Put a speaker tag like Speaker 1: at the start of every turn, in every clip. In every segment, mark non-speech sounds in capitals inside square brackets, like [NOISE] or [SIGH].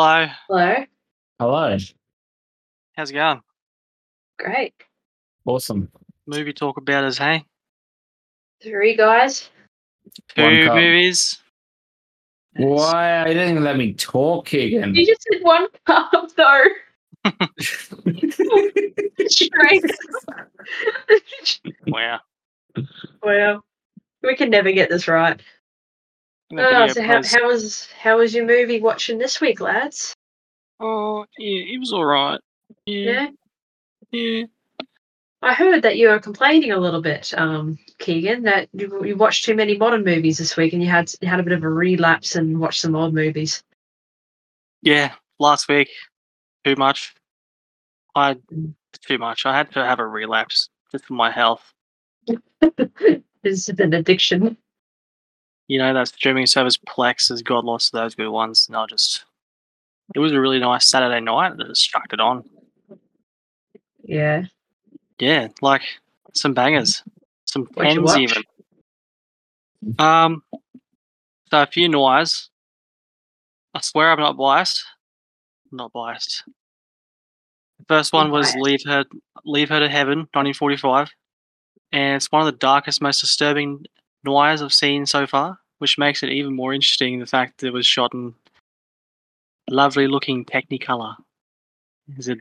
Speaker 1: Hello.
Speaker 2: Hello.
Speaker 3: Hello.
Speaker 1: How's it going?
Speaker 2: Great.
Speaker 3: Awesome.
Speaker 1: Movie talk about is hey.
Speaker 2: Three guys.
Speaker 3: One
Speaker 1: Two
Speaker 3: cup.
Speaker 1: movies. Yes.
Speaker 3: Why you didn't let me
Speaker 2: [LAUGHS]
Speaker 3: talk, Keegan?
Speaker 2: You just said one cup [LAUGHS] though. Straight.
Speaker 1: Wow.
Speaker 2: [LAUGHS] well, we can never get this right.
Speaker 1: And the
Speaker 2: Oh,
Speaker 1: video
Speaker 2: so how,
Speaker 1: plays-
Speaker 2: how was how was your movie watching this week, lads?
Speaker 1: oh yeah, it was alright. Yeah,
Speaker 2: Yeah.
Speaker 1: yeah.
Speaker 2: I heard that you were complaining a little bit, um, Keegan, that you, you watched too many modern movies this week and you had you had a bit of a relapse and watched some old movies. [LAUGHS]
Speaker 1: Yeah. Last week, too much. I
Speaker 2: Mm.
Speaker 1: too much. I had to have a relapse just for my health.
Speaker 2: This is an addiction.
Speaker 1: You know, that streaming service Plex has got lots of those good ones. And I just it was a really nice Saturday night that it struck it on.
Speaker 2: Yeah.
Speaker 1: Yeah, like some bangers, some
Speaker 2: What'd you
Speaker 1: tens
Speaker 2: watch?
Speaker 1: even. Um, so a few noise. I swear I'm not biased. I'm not biased. The first one was
Speaker 2: Biased.
Speaker 1: "Leave Her, Leave Her to Heaven" 1945, and it's one of the darkest, most disturbing noirs I've seen so far, which makes it even more interesting. The fact that it was shot in lovely-looking Technicolor. Is it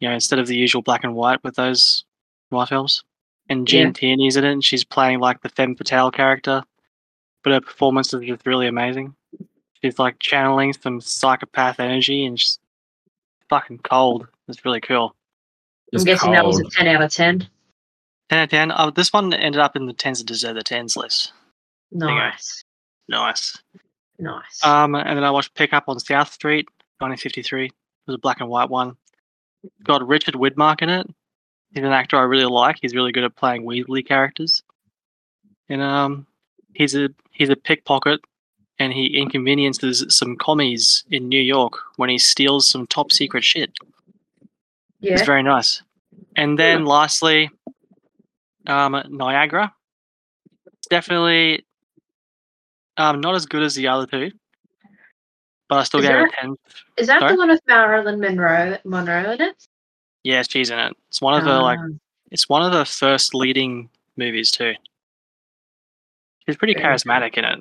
Speaker 1: you know, instead of the usual black and white with those noir films. And
Speaker 2: Yeah.
Speaker 1: Jean Tierney's in it, and she's playing like the femme fatale character, but her performance is just really amazing. She's like channeling some psychopath energy, and she's fucking cold. It's really cool.
Speaker 3: It's
Speaker 2: I'm guessing that was a
Speaker 3: cold.
Speaker 2: ten out of ten.
Speaker 1: Ten out of ten. Oh, this one ended up in the tens that deserve the tens list. go.
Speaker 2: Nice.
Speaker 1: Nice.
Speaker 2: Nice.
Speaker 1: Um, and then I watched Pick Up on South Street, 1953. It was a black and white one. It's got Richard Widmark in it. He's an actor I really like. He's really good at playing Weasley characters. And um, he's a he's a pickpocket, and he inconveniences some commies in New York when he steals some top secret shit. It's
Speaker 2: yeah.
Speaker 1: very nice. And then lastly, um, Niagara. Definitely um, not as good as the other two, but I still
Speaker 2: Is
Speaker 1: gave it
Speaker 2: there-
Speaker 1: a 10.
Speaker 2: Is that
Speaker 1: sorry?
Speaker 2: the one with Marilyn Monroe Monroe in it?
Speaker 1: Yeah, she's in it. It's one of the uh, like
Speaker 2: Ah,
Speaker 1: it's one of the first leading movies too. She's pretty
Speaker 2: Very cool.
Speaker 1: charismatic in it.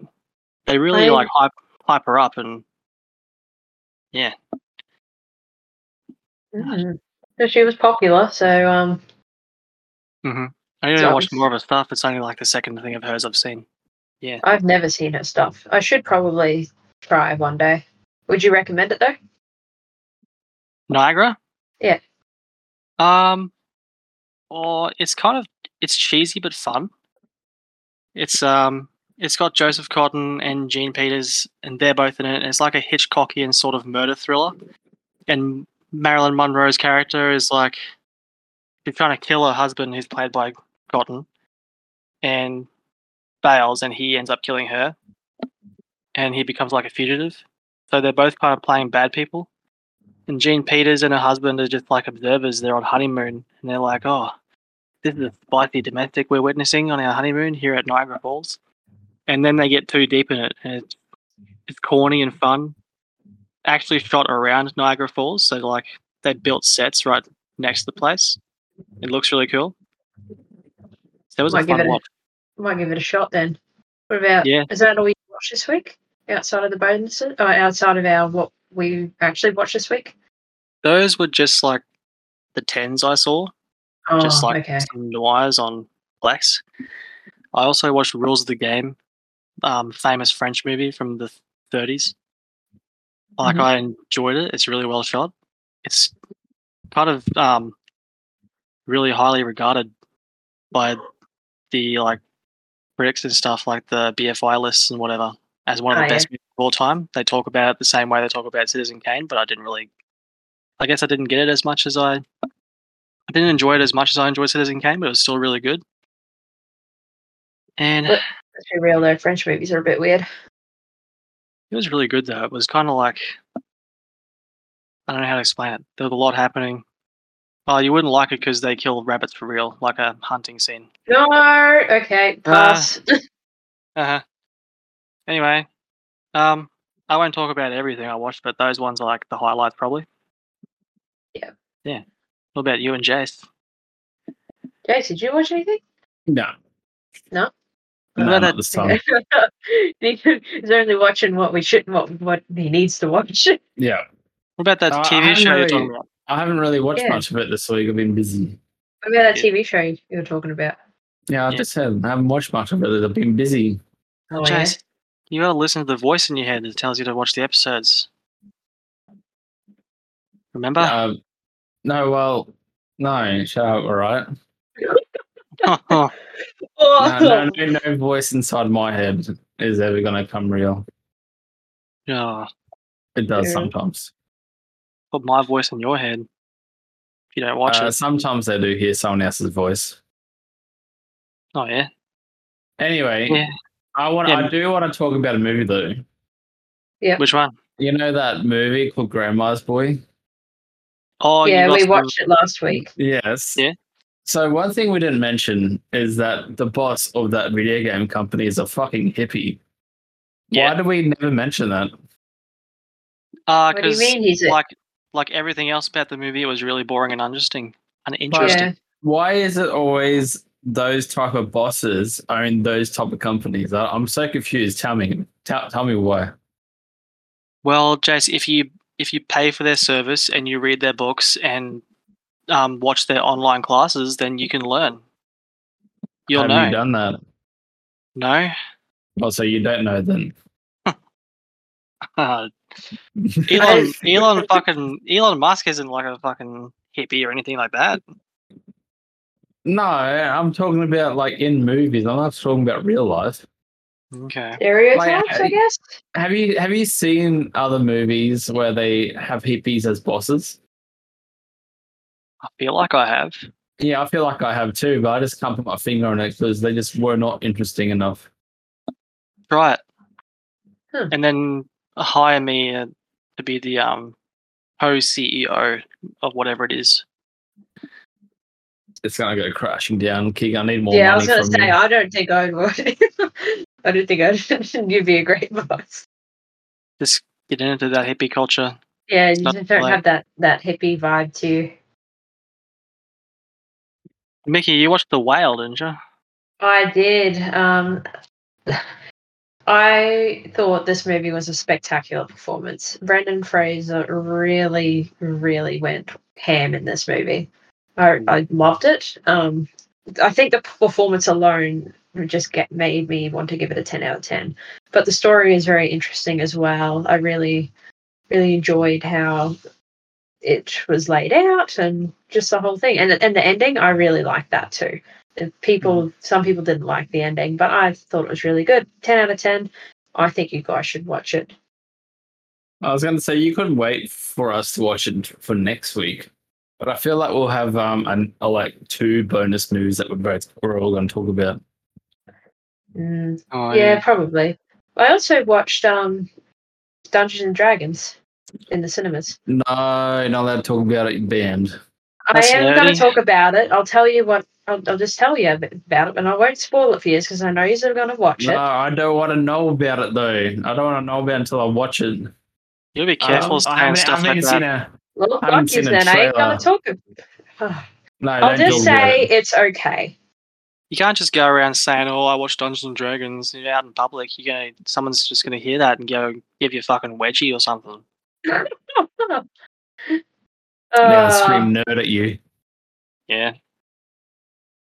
Speaker 1: They really
Speaker 2: I-
Speaker 1: like hype, hype her up and yeah.
Speaker 2: mm. So she was popular, so um
Speaker 1: hmm I need to
Speaker 2: So-
Speaker 1: watch more of her stuff. It's only like the second thing of hers I've seen.
Speaker 2: I've never seen her stuff. I should probably try one day. Would you recommend it though?
Speaker 1: Niagara?
Speaker 2: Yeah.
Speaker 1: Um or it's kind of it's cheesy but fun. It's um it's got Joseph Cotton and Gene Peters and they're both in it and it's like a Hitchcockian sort of murder thriller. And Marilyn Monroe's character is like she's trying to kill her husband who's played by Cotton and fails and he ends up killing her and he becomes like a fugitive. So they're both kind of playing bad people. And Jean Peters and her husband are just like observers. They're on honeymoon and they're like, oh, this is a spicy domestic we're witnessing on our honeymoon here at Niagara Falls. And then they get too deep in it and it's, it's corny and fun. Actually, shot around Niagara Falls. So, like, they built sets right next to the place. It looks really cool. So it was
Speaker 2: Might
Speaker 1: a
Speaker 2: give
Speaker 1: fun
Speaker 2: it a-
Speaker 1: watch.
Speaker 2: might give it a shot then. What about
Speaker 1: Yeah.
Speaker 2: is that all you watched this week? Outside of the bonuses or outside of our what we actually watched this week?
Speaker 1: Those were just like the tens I saw.
Speaker 2: Oh
Speaker 1: just like
Speaker 2: okay.
Speaker 1: some noirs on blacks. I also watched Rules of the Game, um, famous French movie from the 30s. Like
Speaker 2: Mhm.
Speaker 1: I enjoyed it. It's really well shot. It's kind of um, really highly regarded by the like critics and stuff, like the BFI lists and whatever, as one of
Speaker 2: Oh,
Speaker 1: the
Speaker 2: yeah.
Speaker 1: best movies of all time. They talk about it the same way they talk about Citizen Kane, but I didn't really. I guess I didn't get it as much as I. I didn't enjoy it as much as I enjoyed Citizen Kane, but it was still really good. And
Speaker 2: But- Let's be real though, French movies are a bit weird.
Speaker 1: It was really good though. It was kind of like I don't know how to explain it. There was a lot happening. Oh, you wouldn't like it because they kill rabbits for real, like a hunting scene.
Speaker 2: No,
Speaker 1: Ah.
Speaker 2: okay, pass. Uh-huh.
Speaker 1: Uh huh. Anyway, um, I won't talk about everything I watched, but those ones are like the highlights probably.
Speaker 2: Yeah.
Speaker 1: Yeah. What about you and Jace?
Speaker 2: Jace, did you watch anything?
Speaker 3: No.
Speaker 2: No?
Speaker 3: No,
Speaker 1: No,
Speaker 3: not
Speaker 1: that-
Speaker 2: [LAUGHS]
Speaker 3: this time.
Speaker 2: He's only watching what we should, what what he needs to watch. [LAUGHS]
Speaker 3: Yeah.
Speaker 1: What about that
Speaker 2: Oh,
Speaker 3: Uh, I
Speaker 1: TV
Speaker 3: haven't
Speaker 1: show you're
Speaker 3: really-
Speaker 1: talking about?
Speaker 3: I haven't really watched
Speaker 2: Yeah.
Speaker 3: much of it this week. I've been busy.
Speaker 2: What about that
Speaker 1: Yeah.
Speaker 2: TV show you were talking about?
Speaker 3: Yeah, I
Speaker 1: Yeah.
Speaker 3: just haven't, I haven't watched much of it. I've been busy.
Speaker 2: Oh, yeah.
Speaker 1: Jace, you gotta listen to the voice in your head that tells you to watch the episodes. Remember?
Speaker 3: Um, no, well, no, shut up, all right? No, no,
Speaker 2: [LAUGHS] Oh,
Speaker 3: no, no voice inside my head is ever going to come real.
Speaker 1: [LAUGHS] Yeah,
Speaker 3: It does
Speaker 2: Yeah.
Speaker 3: sometimes.
Speaker 1: put my voice in your head. If you don't watch
Speaker 3: Uh,
Speaker 1: it.
Speaker 3: sometimes I do hear someone else's voice.
Speaker 1: Oh yeah.
Speaker 3: Anyway,
Speaker 1: Yeah.
Speaker 3: I want.
Speaker 1: Yeah.
Speaker 3: I do want to talk about a movie though.
Speaker 1: Which one?
Speaker 3: You know that movie called Grandma's Boy?
Speaker 1: Oh you
Speaker 2: yeah,
Speaker 1: lost
Speaker 2: we
Speaker 1: the-
Speaker 2: watched it last week.
Speaker 3: Yes.
Speaker 1: Yeah.
Speaker 3: So one thing we didn't mention is that the boss of that video game company is a fucking hippie. Why
Speaker 1: Yeah.
Speaker 3: do we never mention that?
Speaker 1: Uh,
Speaker 2: What do you
Speaker 1: 'cause,
Speaker 2: mean he's a-
Speaker 1: like like everything else about the movie, it was really boring and uninteresting. Uninteresting.
Speaker 2: Yeah,
Speaker 3: Why is it always those type of bosses own those type of companies? I, I'm so confused. Tell me, tell, tell me why.
Speaker 1: Well, Jace, if you if you pay for their service and you read their books and um, watch their online classes, then you can learn. You'll
Speaker 3: Have
Speaker 1: know.
Speaker 3: you done that?
Speaker 1: no,
Speaker 3: Oh, so you don't know then? [LAUGHS]
Speaker 1: Elon [LAUGHS]
Speaker 2: [LAUGHS]
Speaker 1: Elon fucking Elon Musk isn't like a fucking hippie or anything like that.
Speaker 3: no, I'm talking about like in movies. I'm not talking about real life. Mm-hmm.
Speaker 1: Okay.
Speaker 2: stereotypes, I
Speaker 3: Like,
Speaker 2: guess.
Speaker 3: Have you have you seen other movies where they have hippies as bosses?
Speaker 1: I feel like I have.
Speaker 3: Yeah, I feel like I have too, but I just can't put my finger on it because they just were not interesting enough.
Speaker 1: Right.
Speaker 2: Hmm.
Speaker 1: And then hire me uh, to be the um co-CEO of whatever it is.
Speaker 3: It's gonna go crashing down. Keegan, I need more
Speaker 2: yeah, I was
Speaker 3: money
Speaker 2: going to
Speaker 3: from
Speaker 2: say,
Speaker 3: you.
Speaker 2: I don't think I'd watch [LAUGHS] I don't think I'd, [LAUGHS] you'd be a great boss.
Speaker 1: Just get into that hippie culture.
Speaker 2: Yeah, you
Speaker 1: not
Speaker 2: just don't
Speaker 1: like-
Speaker 2: have that, that hippie vibe to you.
Speaker 1: Mickey, you watched The Whale, didn't you?
Speaker 2: I did. Um, I thought this movie was a spectacular performance. Brendan Fraser really, really went ham in this movie. I, I loved it. Um, I think the performance alone just get made me want to give it a ten out of ten. But the story is very interesting as well. I really, really enjoyed how it was laid out and just the whole thing. And and the ending, I really liked that too and people
Speaker 3: Mm.
Speaker 2: some people didn't like the ending but i thought it was really good 10 out of 10 i think you guys should watch it
Speaker 3: I was gonna say you could wait for us to watch it for next week, but I feel like we'll have um an, uh, like two bonus movies that we're both we're all gonna talk about.
Speaker 2: Mm,
Speaker 1: Oh,
Speaker 2: yeah probably i also watched um dungeons and dragons in the cinemas
Speaker 3: No, not allowed to talk about it. Banned.
Speaker 2: i
Speaker 1: That's
Speaker 2: am going
Speaker 1: nerdy.
Speaker 2: to talk about it i'll tell you what I'll, I'll just tell you a bit about it and i won't spoil it for you because i know you're going to watch
Speaker 3: No,
Speaker 2: it
Speaker 3: I don't want to know about it though. I don't want to know about it until I watch it.
Speaker 1: You'll be careful
Speaker 3: Um,
Speaker 1: saying stuff like that.
Speaker 3: a.
Speaker 2: well
Speaker 3: I haven't
Speaker 2: fuck
Speaker 3: seen
Speaker 2: yous
Speaker 3: a
Speaker 2: then i ain't
Speaker 3: trailer.
Speaker 2: going to talk ab-
Speaker 3: No,
Speaker 2: i'll
Speaker 3: don't
Speaker 2: just
Speaker 3: talk about
Speaker 2: say
Speaker 3: it.
Speaker 2: it's okay
Speaker 1: You can't just go around saying, "Oh, I watched Dungeons and Dragons" you know, out in public. You're gonna someone's just gonna hear that and go give you a fucking wedgie or something.
Speaker 3: Now
Speaker 2: Uh,
Speaker 3: scream nerd at you.
Speaker 1: Yeah,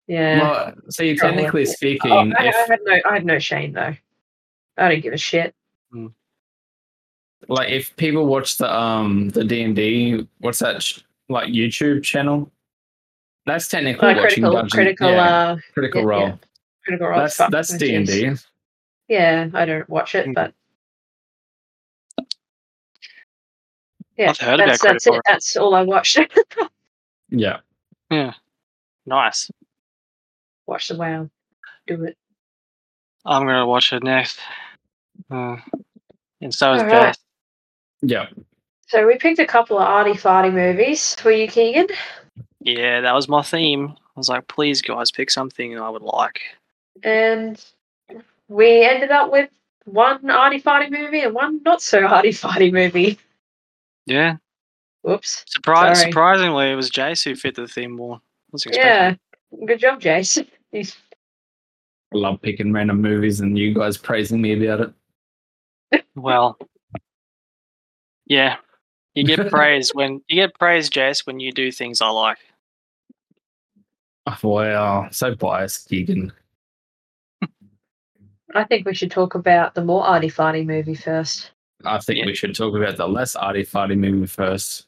Speaker 2: yeah
Speaker 3: Well, see,
Speaker 2: Probably.
Speaker 3: technically speaking,
Speaker 2: Oh, I, I
Speaker 3: if,
Speaker 2: have no, I have no shame though. I don't give a shit.
Speaker 3: like if people watch the um the D and D, what's that sh- like YouTube channel? That's technically
Speaker 2: Uh,
Speaker 3: watching
Speaker 2: critical,
Speaker 3: Dungeon-
Speaker 2: critical,
Speaker 3: yeah,
Speaker 2: uh,
Speaker 3: critical
Speaker 2: yeah,
Speaker 3: role.
Speaker 2: yeah. critical role.
Speaker 3: That's
Speaker 2: fuck,
Speaker 3: that's
Speaker 2: which
Speaker 3: D and
Speaker 2: is-
Speaker 3: D.
Speaker 2: Yeah, I don't watch it,
Speaker 1: Mm.
Speaker 2: but yeah,
Speaker 1: I've heard about
Speaker 2: that's, that's
Speaker 1: Critical
Speaker 2: it.
Speaker 1: Role.
Speaker 2: That's all I watched. [LAUGHS]
Speaker 3: Yeah,
Speaker 1: nice.
Speaker 2: Watch the whale. Do it.
Speaker 1: I'm gonna watch it next. Uh, and so is
Speaker 2: Alright.
Speaker 1: Jace.
Speaker 3: yeah.
Speaker 2: So we picked a couple of arty farty movies for you, Keegan.
Speaker 1: Yeah, that was my theme. I was like, please, guys, pick something I would like.
Speaker 2: and we ended up with one arty farty movie and one not so arty [LAUGHS] farty movie.
Speaker 1: Yeah.
Speaker 2: Whoops.
Speaker 1: Surpri-
Speaker 2: Sorry.
Speaker 1: surprisingly, it was Jace who fit the theme more. I was expecting.
Speaker 2: Yeah. Good job, Jace. He's-
Speaker 3: I love picking random movies and you guys praising me about it.
Speaker 1: Well. Yeah. You [LAUGHS] get praise when you get praise, Jace, when you do things I like.
Speaker 3: Oh, wow, so biased, Keegan.
Speaker 2: I think we should talk about the more arty farty movie first.
Speaker 3: I think
Speaker 1: Yeah.
Speaker 3: we should talk about the less arty farty movie first.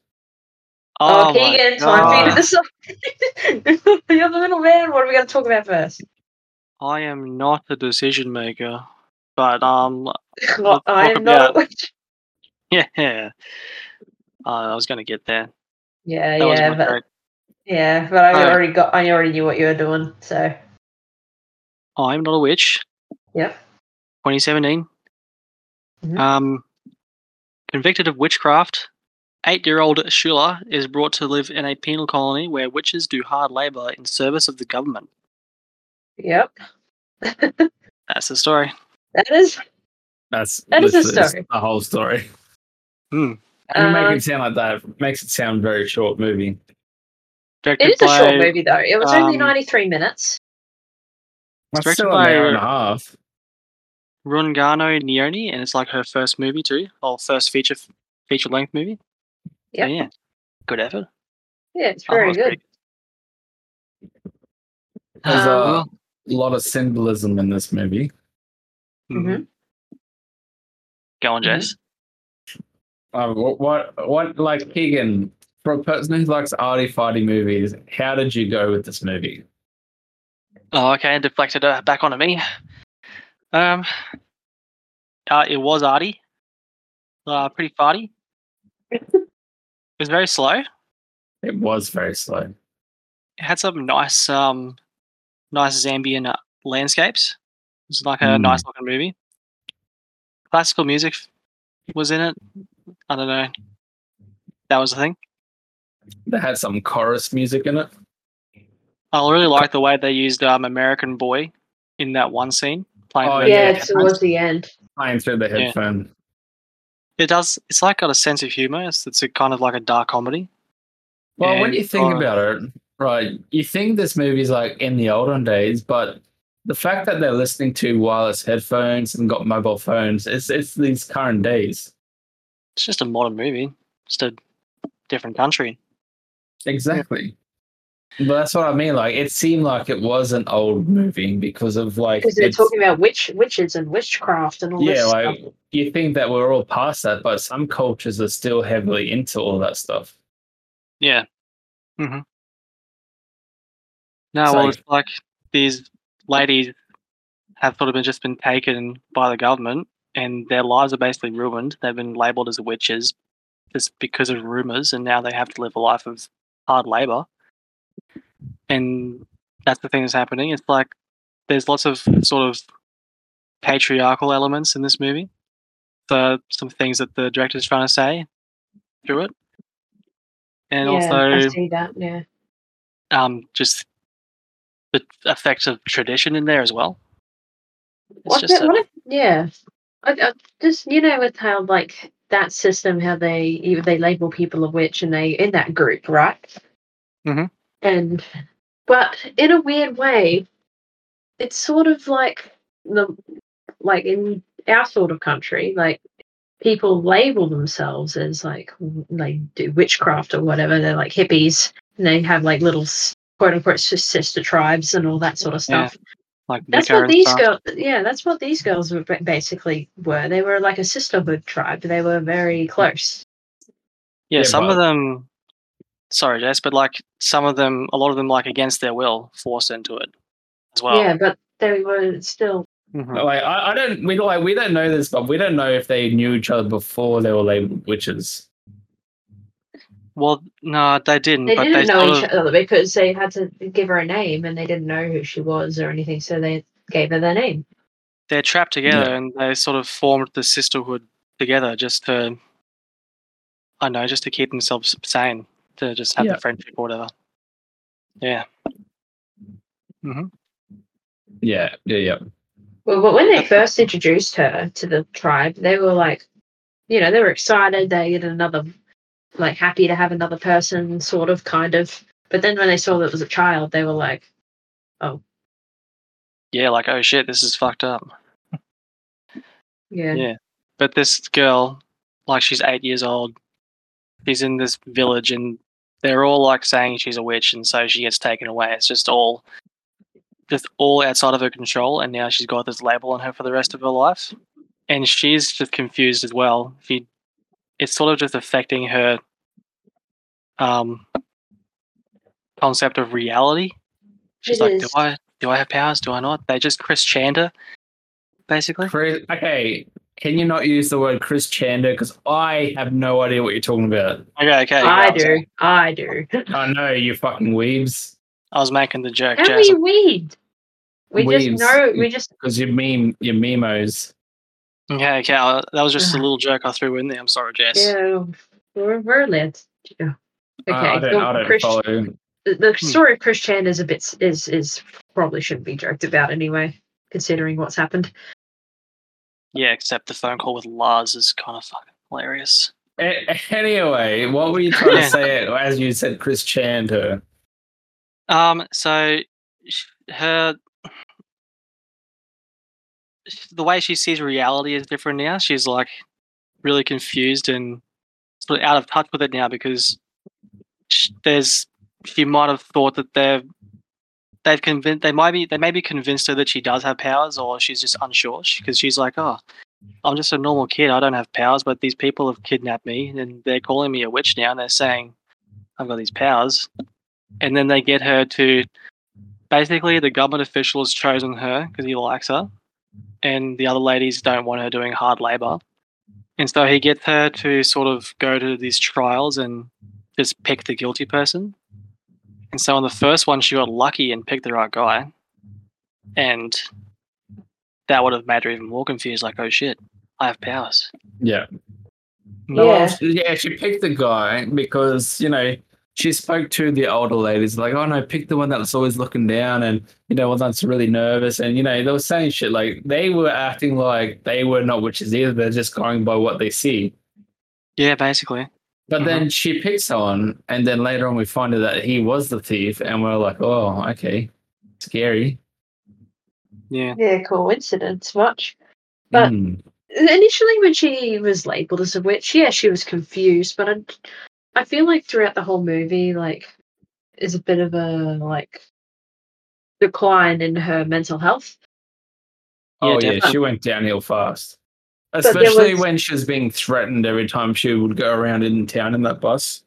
Speaker 1: my
Speaker 2: Oh, Keegan, time for you
Speaker 1: God.
Speaker 2: to [LAUGHS] decide. You're the middle man. What are we going to talk about first?
Speaker 1: [LAUGHS] I am not a decision maker, but um, [LAUGHS]
Speaker 2: Well, I
Speaker 1: talk
Speaker 2: am not.
Speaker 1: yeah, Uh, I was gonna get there.
Speaker 2: [LAUGHS] Yeah,
Speaker 1: That was
Speaker 2: yeah,
Speaker 1: my
Speaker 2: but
Speaker 1: joke.
Speaker 2: yeah, but I
Speaker 1: Oh.
Speaker 2: already got. I already knew what you were doing. So
Speaker 1: I'm not a witch.
Speaker 2: Yep.
Speaker 1: 2017.
Speaker 2: Mhm.
Speaker 1: Um, convicted of witchcraft, eight-year-old Shula is brought to live in a penal colony where witches do hard labor in service of the government.
Speaker 2: yep,
Speaker 1: That's the story.
Speaker 2: that is.
Speaker 3: That's
Speaker 2: That is a
Speaker 3: literally
Speaker 2: story.
Speaker 3: The whole story.
Speaker 1: Hmm.
Speaker 3: And you make
Speaker 2: Um,
Speaker 3: it sound like that it makes it sound very short movie.
Speaker 1: Directed
Speaker 2: It is a
Speaker 1: by,
Speaker 2: short movie though. It was only
Speaker 1: um,
Speaker 2: ninety three minutes.
Speaker 3: That's
Speaker 1: directed
Speaker 3: still an hour
Speaker 1: by-
Speaker 3: and a half.
Speaker 1: Rungano Nioni, and it's like her first movie too, or first feature feature length movie. So,
Speaker 2: Yep.
Speaker 1: yeah, good effort.
Speaker 2: Yeah, it's
Speaker 1: I thought it
Speaker 2: very
Speaker 1: was
Speaker 2: good.
Speaker 1: pretty
Speaker 3: There's
Speaker 1: Oh.
Speaker 2: Um,
Speaker 3: a lot of symbolism in this movie.
Speaker 1: good.
Speaker 2: mm-hmm.
Speaker 1: Mhm. Go on,
Speaker 2: Mhm.
Speaker 1: Jace.
Speaker 3: Uh, what, what, what, like Keegan, for a person who likes arty farty movies, how did you go with this movie?
Speaker 1: Oh, okay, and deflected uh, back onto me. Um, uh, it was arty, uh, pretty farty. It was very slow. It
Speaker 3: It was very slow.
Speaker 1: had some nice, um, nice Zambian uh, landscapes. It was like a
Speaker 3: Mm.
Speaker 1: nice looking movie. Classical music was in it. I don't know. That was the thing.
Speaker 3: They had some chorus music in it.
Speaker 1: I really like the way they used um, American Boy in that one scene. Playing
Speaker 3: Oh,
Speaker 1: with the
Speaker 2: yeah,
Speaker 3: yeah,
Speaker 1: headphones.
Speaker 2: towards the end.
Speaker 3: playing through the
Speaker 1: Yeah.
Speaker 3: headphone.
Speaker 1: It does. It's like got a sense of humor. It's, it's a kind of like a dark comedy.
Speaker 3: Well, when
Speaker 1: And,
Speaker 3: you think
Speaker 1: uh,
Speaker 3: about it, right, you think this movie's like in the olden days, but the fact that they're listening to wireless headphones and got mobile phones, it's it's these current days.
Speaker 1: It's just a modern movie, just a different country.
Speaker 3: Exactly. But that's what I mean. Like, it seemed like it was an old movie because of like,
Speaker 2: Because they're
Speaker 3: it's-
Speaker 2: talking about witch, witches and witchcraft and all
Speaker 3: yeah,
Speaker 2: this
Speaker 3: like
Speaker 2: stuff.
Speaker 3: you think that we're all past that, but some cultures are still heavily into all that stuff.
Speaker 1: Yeah. hmm No,
Speaker 3: So-
Speaker 1: well, it's like these ladies have sort of been just been taken by the government, and their lives are basically ruined. They've been labelled as witches just because of rumours, and now they have to live a life of hard labour. And that's the thing that's happening. It's like there's lots of sort of patriarchal elements in this movie. So some things that the director's trying to say through it. And
Speaker 2: yeah,
Speaker 1: also
Speaker 2: I see that. Yeah,
Speaker 1: um, just the effects of tradition in there as well. It's
Speaker 2: what,
Speaker 1: just
Speaker 2: if-
Speaker 1: a-
Speaker 2: what if, yeah. I, I just you know with how like that system, how they you- they label people a witch and they in that group, right?
Speaker 1: Mhm.
Speaker 2: And but in a weird way, it's sort of like the like in our sort of country, like people label themselves as like w- they do witchcraft or whatever. They're like hippies, and they have like little s- quote unquote sis- sister tribes and all that sort of
Speaker 1: Yeah,
Speaker 2: stuff.
Speaker 1: like
Speaker 2: That's
Speaker 1: Wicca
Speaker 2: what
Speaker 1: and
Speaker 2: these
Speaker 1: stuff.
Speaker 2: girls, yeah, that's what these girls were ba- basically were. They were like a sisterhood tribe. They were very close.
Speaker 1: Yeah,
Speaker 3: Yeah,
Speaker 1: some
Speaker 3: but-
Speaker 1: of them. Sorry, Jess, but like some of them, a lot of them, like against their will, forced into it as well.
Speaker 2: Yeah, but they were still.
Speaker 1: Mhm.
Speaker 3: Like, I, I don't, we like, we don't know this, but we don't know if they knew each other before they were labeled witches.
Speaker 1: Well, no, they didn't.
Speaker 2: They
Speaker 1: but
Speaker 2: didn't
Speaker 1: they
Speaker 2: know
Speaker 1: sort
Speaker 2: each
Speaker 1: of-
Speaker 2: other because they had to give her a name, and they didn't know who she was or anything, so they gave her their name.
Speaker 1: They're trapped together, and they sort of formed the sisterhood together just to. I know, just to keep themselves sane, to just have
Speaker 3: Yeah.
Speaker 1: the friendship or whatever. Yeah.
Speaker 3: Yeah, yeah, yeah.
Speaker 2: Well, but when they first introduced her to the tribe, they were like, you know, they were excited. They had another, like, happy to have another person, sort of, kind of. But then when they saw that it was a child, they were like,
Speaker 1: Yeah, like oh shit, this is fucked up.
Speaker 2: yeah,
Speaker 1: Yeah. But this girl, like she's eight years old, she's in this village and they're all like saying she's a witch and so she gets taken away. It's just all just all outside of her control and now she's got this label on her for the rest of her life. And she's just confused as well. She it's sort of just affecting her um concept of reality. She's
Speaker 2: It
Speaker 1: like, Do
Speaker 2: is.
Speaker 1: I do I have powers? Do I not? They just Chris Chander, basically.
Speaker 3: Chris, okay, can you not use the word Chris Chander? Because I have no idea what you're talking about.
Speaker 1: Okay, okay.
Speaker 2: I
Speaker 1: yeah, was-
Speaker 2: do, I do.
Speaker 3: Oh no, you fucking weaves.
Speaker 1: I was making the joke,
Speaker 2: How are
Speaker 1: Jason.
Speaker 2: you weed? We
Speaker 3: Weeds.
Speaker 2: just know. We just
Speaker 3: Because your meme, your memos.
Speaker 1: Okay, okay. I- That was
Speaker 2: [SIGHS]
Speaker 1: just a
Speaker 2: Ugh.
Speaker 1: little joke I threw in there. I'm sorry, Jess.
Speaker 2: yeah, we're we're allowed to do. Okay,
Speaker 3: Uh, I don't,
Speaker 2: well,
Speaker 3: I don't
Speaker 2: Chris-
Speaker 3: follow.
Speaker 2: the- the
Speaker 1: Hmm.
Speaker 2: story of Chris Chan is a bit is is probably shouldn't be joked about anyway, considering what's happened.
Speaker 1: Yeah, except the phone call with Lars is kind of fucking hilarious.
Speaker 3: A- anyway, what were you trying
Speaker 1: Yeah.
Speaker 3: to say as you said Chris Chander?
Speaker 1: Um, so sh- her sh- the way she sees reality is different now. She's like really confused and sort of out of touch with it now because sh- there's she might have thought that they're they've convinced they might be they may be convinced her that she does have powers or she's just unsure because she's like oh i'm just a normal kid i don't have powers but these people have kidnapped me and they're calling me a witch now and they're saying i've got these powers and then they get her to basically the government official has chosen her because he likes her and the other ladies don't want her doing hard labor and so he gets her to sort of go to these trials and just pick the guilty person and so on the first one she got lucky and picked the right guy and that would have made her even more confused like oh shit i have powers
Speaker 3: Yeah.
Speaker 2: Yeah.
Speaker 3: well, she- yeah, she picked the guy because, you know, she spoke to the older ladies, like, oh no, pick the one that's always looking down and, you know, one that's really nervous. And, you know, they were saying shit like they were acting like they were not witches either. They're just going by what they see.
Speaker 1: yeah basically
Speaker 3: But then she picks someone, and then later on we find out that he was the thief, and we're like, oh, okay, scary.
Speaker 1: yeah
Speaker 2: Yeah, coincidence much. But-
Speaker 3: Hmm.
Speaker 2: Initially, when she was labeled as a witch, yeah, she was confused. But I, I feel like throughout the whole movie, like, is a bit of a like decline in her mental health.
Speaker 1: Yeah,
Speaker 3: Oh yeah,
Speaker 1: definitely.
Speaker 3: she went downhill fast.
Speaker 2: there
Speaker 3: Especially
Speaker 2: was-
Speaker 3: when she was being threatened every time she would go around in town in that bus.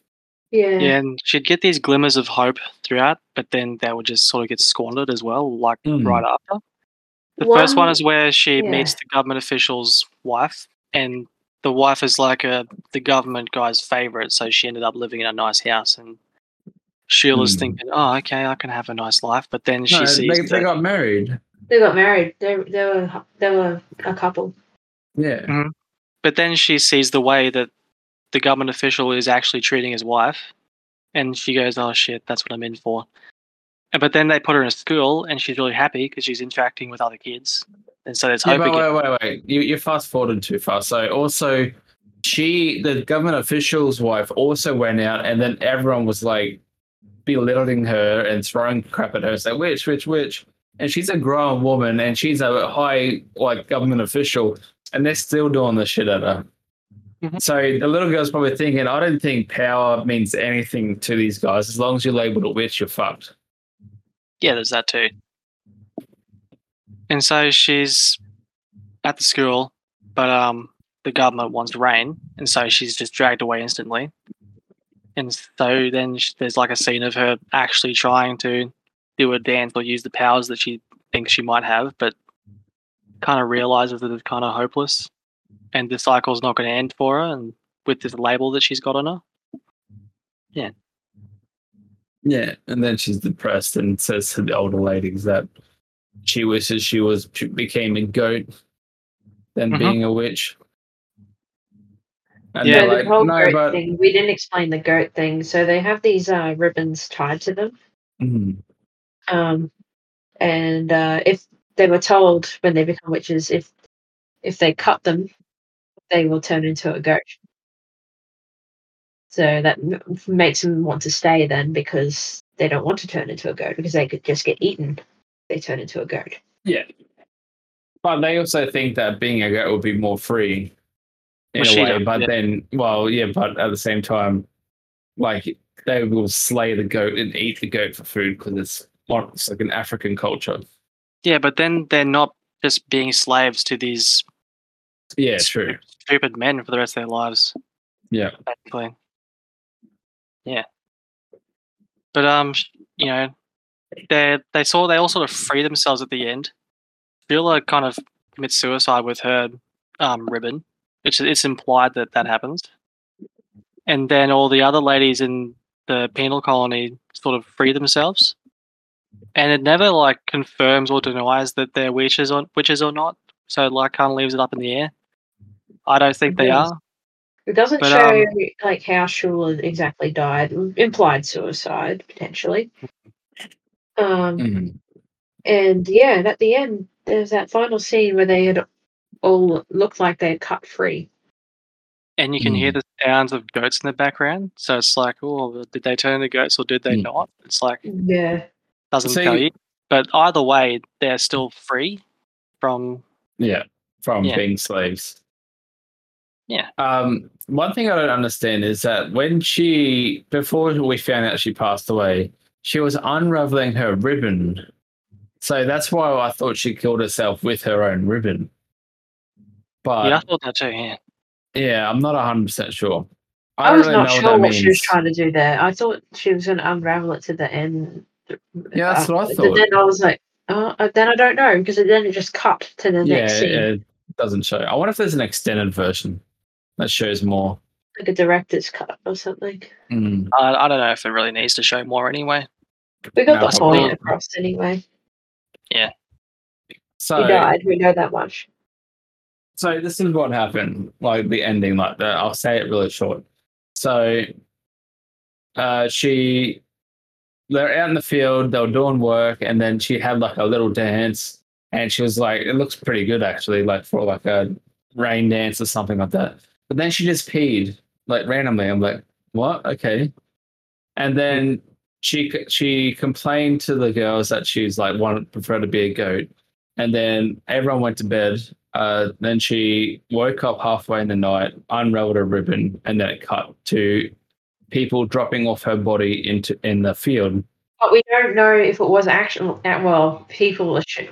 Speaker 2: Yeah.
Speaker 1: Yeah, and she'd get these glimmers of hope throughout, but then they would just sort of get squandered as well, like
Speaker 3: Mm.
Speaker 1: right after. The first one is where she
Speaker 2: yeah.
Speaker 1: meets the government official's wife, and the wife is like a the government guy's favorite, so she ended up living in a nice house. And Sheila's
Speaker 3: Mm.
Speaker 1: thinking, "Oh, okay, I can have a nice life," but then she
Speaker 3: No,
Speaker 1: sees
Speaker 3: they, they
Speaker 1: that-
Speaker 3: got married.
Speaker 2: They got married. They they were they were a couple.
Speaker 3: Yeah.
Speaker 1: but then she sees the way that the government official is actually treating his wife, and she goes, "Oh shit, that's what I'm in for." And- But then they put her in a school, and she's really happy because she's interacting with other kids, and so there's
Speaker 3: Yeah,
Speaker 1: hope
Speaker 3: but
Speaker 1: again.
Speaker 3: wait, wait, wait. You you fast forwarded too fast. So also, she the government official's wife also went out, and then everyone was like belittling her and throwing crap at her, saying "witch, witch, witch." And she's a grown woman, and she's a high like government official, and they're still doing the shit at her.
Speaker 1: Mhm.
Speaker 3: So the little girl's probably thinking, "I don't think power means anything to these guys. As long as you're labeled a witch, you're fucked."
Speaker 1: Yeah, there's that too. And so she's at the school, but um, the government wants rain, and so she's just dragged away instantly. And so then sh- there's like a scene of her actually trying to do a dance or use the powers that she thinks she might have, but kind of realizes that it's kind of hopeless, and the cycle's not going to end for her, and with this label that she's got on her.
Speaker 3: Yeah, and then she's depressed and says to the older ladies that she wishes she was she became a goat than
Speaker 1: Mhm.
Speaker 3: being a witch. And
Speaker 1: Yeah,
Speaker 3: they're
Speaker 2: So
Speaker 3: like,
Speaker 2: the whole
Speaker 3: no,
Speaker 2: goat
Speaker 3: but
Speaker 2: thing. We didn't explain the goat thing. So they have these uh,
Speaker 3: Mm-hmm.
Speaker 2: ribbons tied to them.
Speaker 3: Mm,
Speaker 2: Um, and uh, if they were told when they become witches if if they cut them, they will turn into a goat. So that m- makes them want to stay then because they don't want to turn into a goat because they could just get eaten. if They turn into a goat.
Speaker 3: Yeah. But they also think that being a goat would be more free
Speaker 1: Well,
Speaker 3: in a
Speaker 1: she
Speaker 3: way.
Speaker 1: don't,
Speaker 3: But
Speaker 1: yeah.
Speaker 3: then, well, yeah, but at the same time, like they will slay the goat and eat the goat for food because it's, more- it's like an African culture.
Speaker 1: Yeah, but then they're not just being slaves to these
Speaker 3: Yeah,
Speaker 1: stu-
Speaker 3: true.
Speaker 1: stupid men for the rest of their lives.
Speaker 3: Yeah.
Speaker 1: Basically. Yeah. But um, sh- you know, they they saw they all sort of free themselves at the end. Viola kind of commits suicide with her um, ribbon, which i- it's implied that that happens. And then all the other ladies in the penal colony sort of free themselves. And it never like confirms or denies that they're witches or witches or not. So like kind of leaves it up in the air. I don't think they
Speaker 2: Yes.
Speaker 1: are.
Speaker 2: It doesn't
Speaker 1: But,
Speaker 2: show
Speaker 3: um
Speaker 2: like how Shula exactly died. Implied suicide potentially. Um,
Speaker 3: Mhm.
Speaker 2: and yeah, and at the end, there's that final scene where they had all looked like they had cut free.
Speaker 1: And you can
Speaker 3: Mm.
Speaker 1: hear the sounds of goats in the background. So it's like, oh, did they turn into goats or did they
Speaker 3: Mm.
Speaker 1: not? It's like
Speaker 2: Yeah,
Speaker 1: doesn't
Speaker 3: So
Speaker 1: tell
Speaker 3: you-
Speaker 1: you. But either way, they're still
Speaker 3: Mm.
Speaker 1: free from.
Speaker 3: Yeah. From
Speaker 1: Yeah.
Speaker 3: being slaves.
Speaker 1: Yeah.
Speaker 3: Um, one thing I don't understand is that when she, before we found out she passed away, she was unraveling her ribbon. So that's why I thought she killed herself with her own ribbon.
Speaker 1: yeah,
Speaker 3: But
Speaker 1: I
Speaker 3: yeah,
Speaker 1: thought that too. Yeah,
Speaker 3: I'm not 100% sure.
Speaker 2: I,
Speaker 3: don't
Speaker 2: was
Speaker 3: really
Speaker 2: not
Speaker 3: know
Speaker 2: sure
Speaker 3: that
Speaker 2: what she was
Speaker 3: means.
Speaker 2: trying to do there. I thought she was going to unravel it to the end.
Speaker 3: Yeah, that's
Speaker 2: Uh,
Speaker 3: what I
Speaker 2: But
Speaker 3: thought.
Speaker 2: then I was like, oh, uh, then I don't know because then it just cut to the
Speaker 3: Yeah,
Speaker 2: next scene,
Speaker 3: it doesn't show. I wonder if there's an extended version that shows more.
Speaker 2: like a director's cut or something.
Speaker 3: Mm.
Speaker 1: I, I don't know if it really needs to show more anyway.
Speaker 2: We got
Speaker 3: No,
Speaker 2: the
Speaker 3: probably
Speaker 2: point
Speaker 3: not.
Speaker 2: across anyway.
Speaker 3: So,
Speaker 2: He died. We know that much.
Speaker 3: so this is what happened like the ending like that i'll say it really short so uh she they're out in the field they were doing work and then she had like a little dance and she was like it looks pretty good actually like for like a rain dance or something like that but then she just peed like randomly i'm like what okay and then she she complained to the girls that she's like one prefer to be a goat and then everyone went to bed uh, then she woke up halfway in the night, unraveled her ribbon, and then it cut to people dropping off her body into in the field.
Speaker 2: But we don't know if it was actual. uh, Well, people. assu-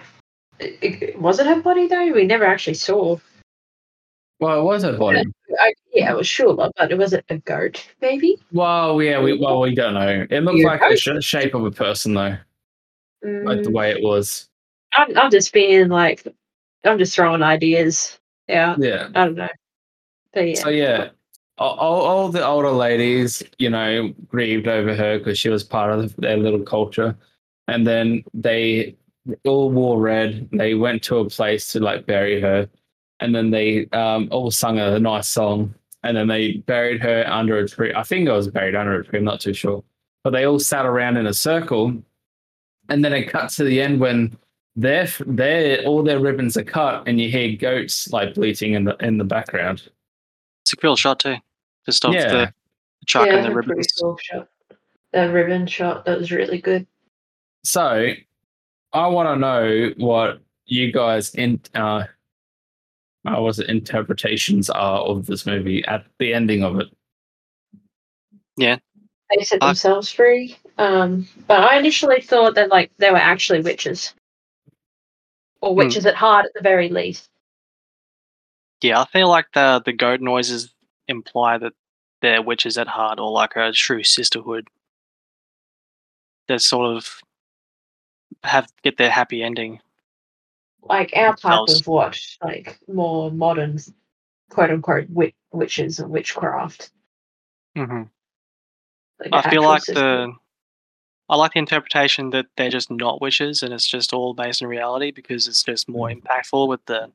Speaker 2: it- it- Was it her body though? We never actually saw.
Speaker 3: Well, it was her body.
Speaker 2: I, yeah, it was Shula, but it was it a goat, maybe?
Speaker 3: Well, yeah, we well we don't know. It looked
Speaker 2: Yeah.
Speaker 3: like the sh- shape of a person though, like the
Speaker 2: Mm,
Speaker 3: way it was.
Speaker 2: I'm, I'm just being like, I'm just throwing ideas out.
Speaker 3: Yeah.
Speaker 2: I don't know. But yeah.
Speaker 3: So yeah, all, all all the older ladies, you know, grieved over her because she was part of their little culture, and then they all wore red. They went to a place to like bury her, and then they um, all sung a nice song, and then they buried her under a tree. I think I was buried under a tree. I'm not too sure, but they all sat around in a circle, and then it cuts to the end when. Their, their all their ribbons are cut, and you hear goats like bleating in the in the background.
Speaker 1: It's a cool shot too. Just off
Speaker 3: Yeah.
Speaker 1: the truck
Speaker 2: yeah,
Speaker 1: and the
Speaker 2: that's a pretty
Speaker 1: ribbons.
Speaker 2: cool shot. That ribbon shot, that was really good.
Speaker 3: So, I want to know what you guys in uh, I was it interpretations are of this movie at the ending of it.
Speaker 2: They set
Speaker 1: I-
Speaker 2: themselves free. Um, but I initially thought that like they were actually witches. Or witches at heart at the very least.
Speaker 1: Yeah, I feel like the the goat noises imply that they're witches at heart or like a true sisterhood. That sort of have get their happy ending.
Speaker 2: Like our type
Speaker 1: Themselves.
Speaker 2: of what? Like more modern quote unquote wit- witches and witchcraft.
Speaker 1: Mm-hmm.
Speaker 2: Like
Speaker 1: I feel
Speaker 2: actual
Speaker 1: like
Speaker 2: system.
Speaker 1: the I like the interpretation that they're just not witches and it's just all based on reality because it's just more
Speaker 2: Mm.
Speaker 1: impactful with the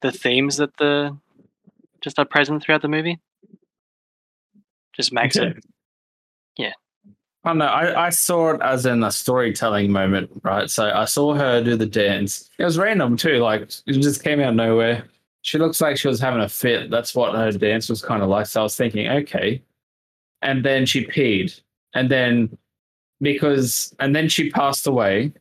Speaker 1: the themes that the just are present throughout the movie. Just makes it
Speaker 3: Okay. I don't know. I, I saw it as in a storytelling moment, right? So I saw her do the dance. It was random too. Like it just came out of nowhere. She looks like she was having a fit. That's what her dance was kind of like. So I was thinking, okay. And then she peed. And then because and then she passed away.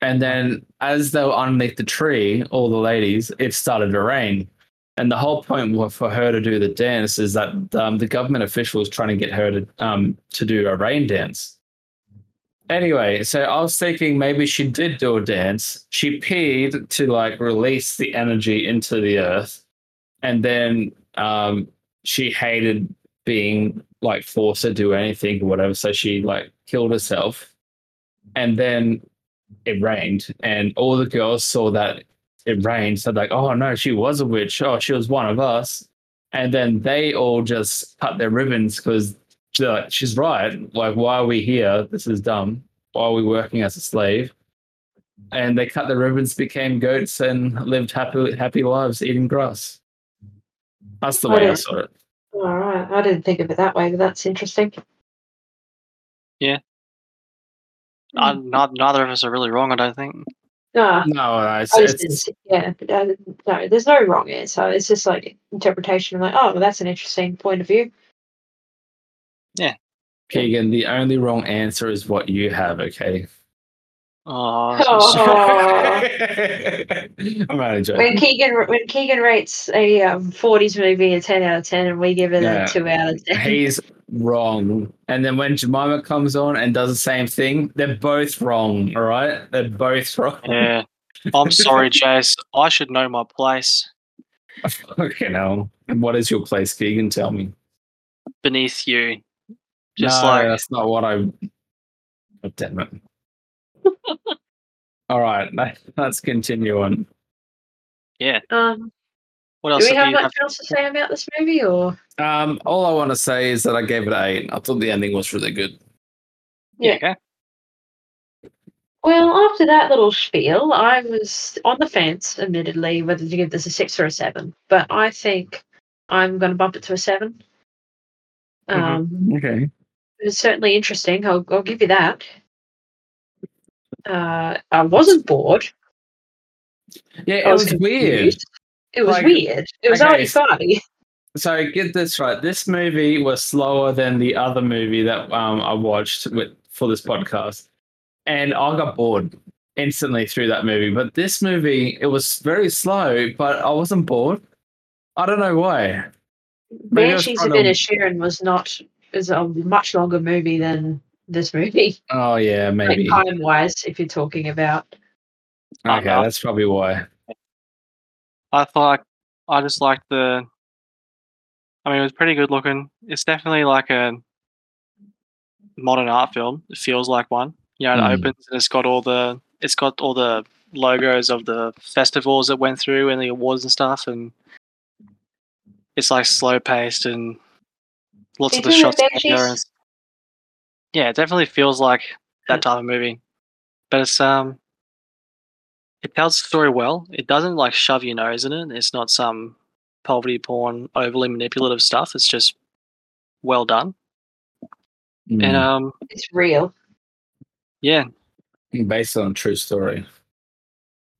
Speaker 3: And then as they were underneath the tree, all the ladies, it started to rain. And the whole point wa- for her to do the dance is that um, the government official is trying to get her to um, to do a rain dance. Anyway, so I was thinking maybe she did do a dance. She peed to like release the energy into the earth, and then um, she hated being like forced to do anything or whatever. So she like killed herself, and then it rained, and all the girls saw that it rained. So like, oh no, she was a witch. Oh, she was one of us. And then they all just cut their ribbons because like, she's right. Like, why are we here? This is dumb. Why are we working as a slave? And they cut their ribbons, became goats, and lived happy happy lives eating grass. That's the way I saw it.
Speaker 2: All right. I didn't think of it that way, but that's interesting.
Speaker 1: Uh, not, neither of us are really wrong, I don't
Speaker 2: [LAUGHS]
Speaker 1: think.
Speaker 2: Ah,
Speaker 3: No, no it's,
Speaker 2: I just didn't
Speaker 3: it's-
Speaker 2: see- yeah, but I didn't- no, there's no wrong answer. It's just like interpretation. I'm like, oh, well, that's an interesting point of view.
Speaker 3: Keegan. The only wrong answer is what you have. Okay.
Speaker 1: Oh,
Speaker 2: Oh.
Speaker 3: [LAUGHS] I'm only joking.
Speaker 2: when Keegan when Keegan rates a um, 40s movie a 10 out of 10, and we give it
Speaker 3: Yeah.
Speaker 2: a two out of 10.
Speaker 3: he's wrong. And then when Jemima comes on and does the same thing, they're both wrong. All right, they're both wrong. [LAUGHS]
Speaker 1: yeah. I'm sorry, Jace. I should know my place
Speaker 3: Okay, now what is your place, Keegan? Tell me.
Speaker 1: beneath you. Just
Speaker 3: no,
Speaker 1: like
Speaker 3: that's not what I. God damn it! [LAUGHS] all right, [LAUGHS] let- let's continue on.
Speaker 2: Um,
Speaker 1: what
Speaker 2: do
Speaker 1: else
Speaker 2: we
Speaker 1: did
Speaker 2: have
Speaker 1: you have?
Speaker 2: much else to say about this movie, or
Speaker 3: Um, all I want to say is that I gave it an eight. I thought the ending was really good.
Speaker 2: Yeah.
Speaker 1: Okay.
Speaker 2: Well, after that little spiel, I was on the fence, admittedly, whether to give this a six or a seven. But I think I'm going to bump it to a seven.
Speaker 3: Mhm.
Speaker 2: Um,
Speaker 3: Okay.
Speaker 2: it was certainly interesting. I'll, I'll give you that. Uh, I wasn't bored.
Speaker 3: Yeah,
Speaker 2: I
Speaker 3: it was weird.
Speaker 2: confused. It was
Speaker 3: Like-
Speaker 2: weird. It was
Speaker 3: okay,
Speaker 2: already
Speaker 3: so-
Speaker 2: funny.
Speaker 3: So get this right. This movie was slower than the other movie that um, I watched with for this podcast, and I got bored instantly through that movie. But this movie, it was very slow, but I wasn't bored. I don't know why.
Speaker 2: [LAUGHS]
Speaker 3: maybe I was
Speaker 2: Banshees
Speaker 3: trying
Speaker 2: of
Speaker 3: to-
Speaker 2: Inisherin was not is a much longer movie than this movie,
Speaker 3: Oh yeah, [LAUGHS] maybe.
Speaker 2: like time wise. If you're talking about
Speaker 3: Okay, that's probably why.
Speaker 1: I thought I just liked the. I mean, it was pretty good looking. It's definitely like a modern art film. It feels like one. You know, it
Speaker 3: Mm.
Speaker 1: opens and it's got all the it's got all the logos of the festivals that went through and the awards and stuff, and it's like slow paced and lots of
Speaker 2: Did
Speaker 1: the
Speaker 2: you have
Speaker 1: shots. together and
Speaker 2: Banshees?
Speaker 1: s- Yeah, it definitely feels like that type of movie, but it's um it tells the story well. It doesn't like shove your nose in it. It's not some poverty porn, overly manipulative stuff. It's just well done. And
Speaker 3: Mm,
Speaker 1: um,
Speaker 2: it's real.
Speaker 1: yeah,
Speaker 3: based on a true story.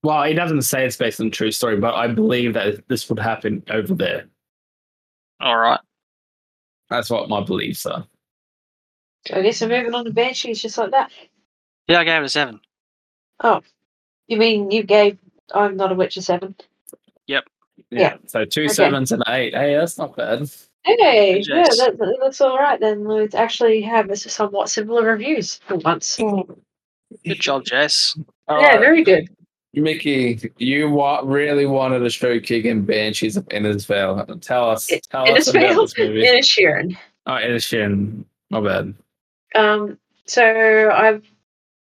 Speaker 3: Well, it doesn't say it's based on a true story, but I believe that this would happen over there.
Speaker 1: all right.
Speaker 3: That's what my beliefs are.
Speaker 2: I guess we're moving on to Banshees just like that.
Speaker 1: Yeah, I gave it a seven.
Speaker 2: Oh, you mean you gave I'm Not a Witch a seven? Yeah.
Speaker 3: So two
Speaker 2: Okay.
Speaker 3: sevens and eight. Hey, that's not bad.
Speaker 2: Hey,
Speaker 1: Yes.
Speaker 2: yeah, that, that- that's all right then. We actually have s- somewhat similar reviews for once.
Speaker 1: Good job, Jess.
Speaker 3: All
Speaker 2: yeah,
Speaker 3: right,
Speaker 2: very good.
Speaker 3: Mickey, you wa- really wanted to show Keegan Banshees of Innisfail. Tell us,
Speaker 2: I-
Speaker 3: tell us about
Speaker 2: Innisfail
Speaker 3: this movie.
Speaker 2: and Sheeran.
Speaker 3: oh, Innisfail. My bad.
Speaker 2: Um, so I,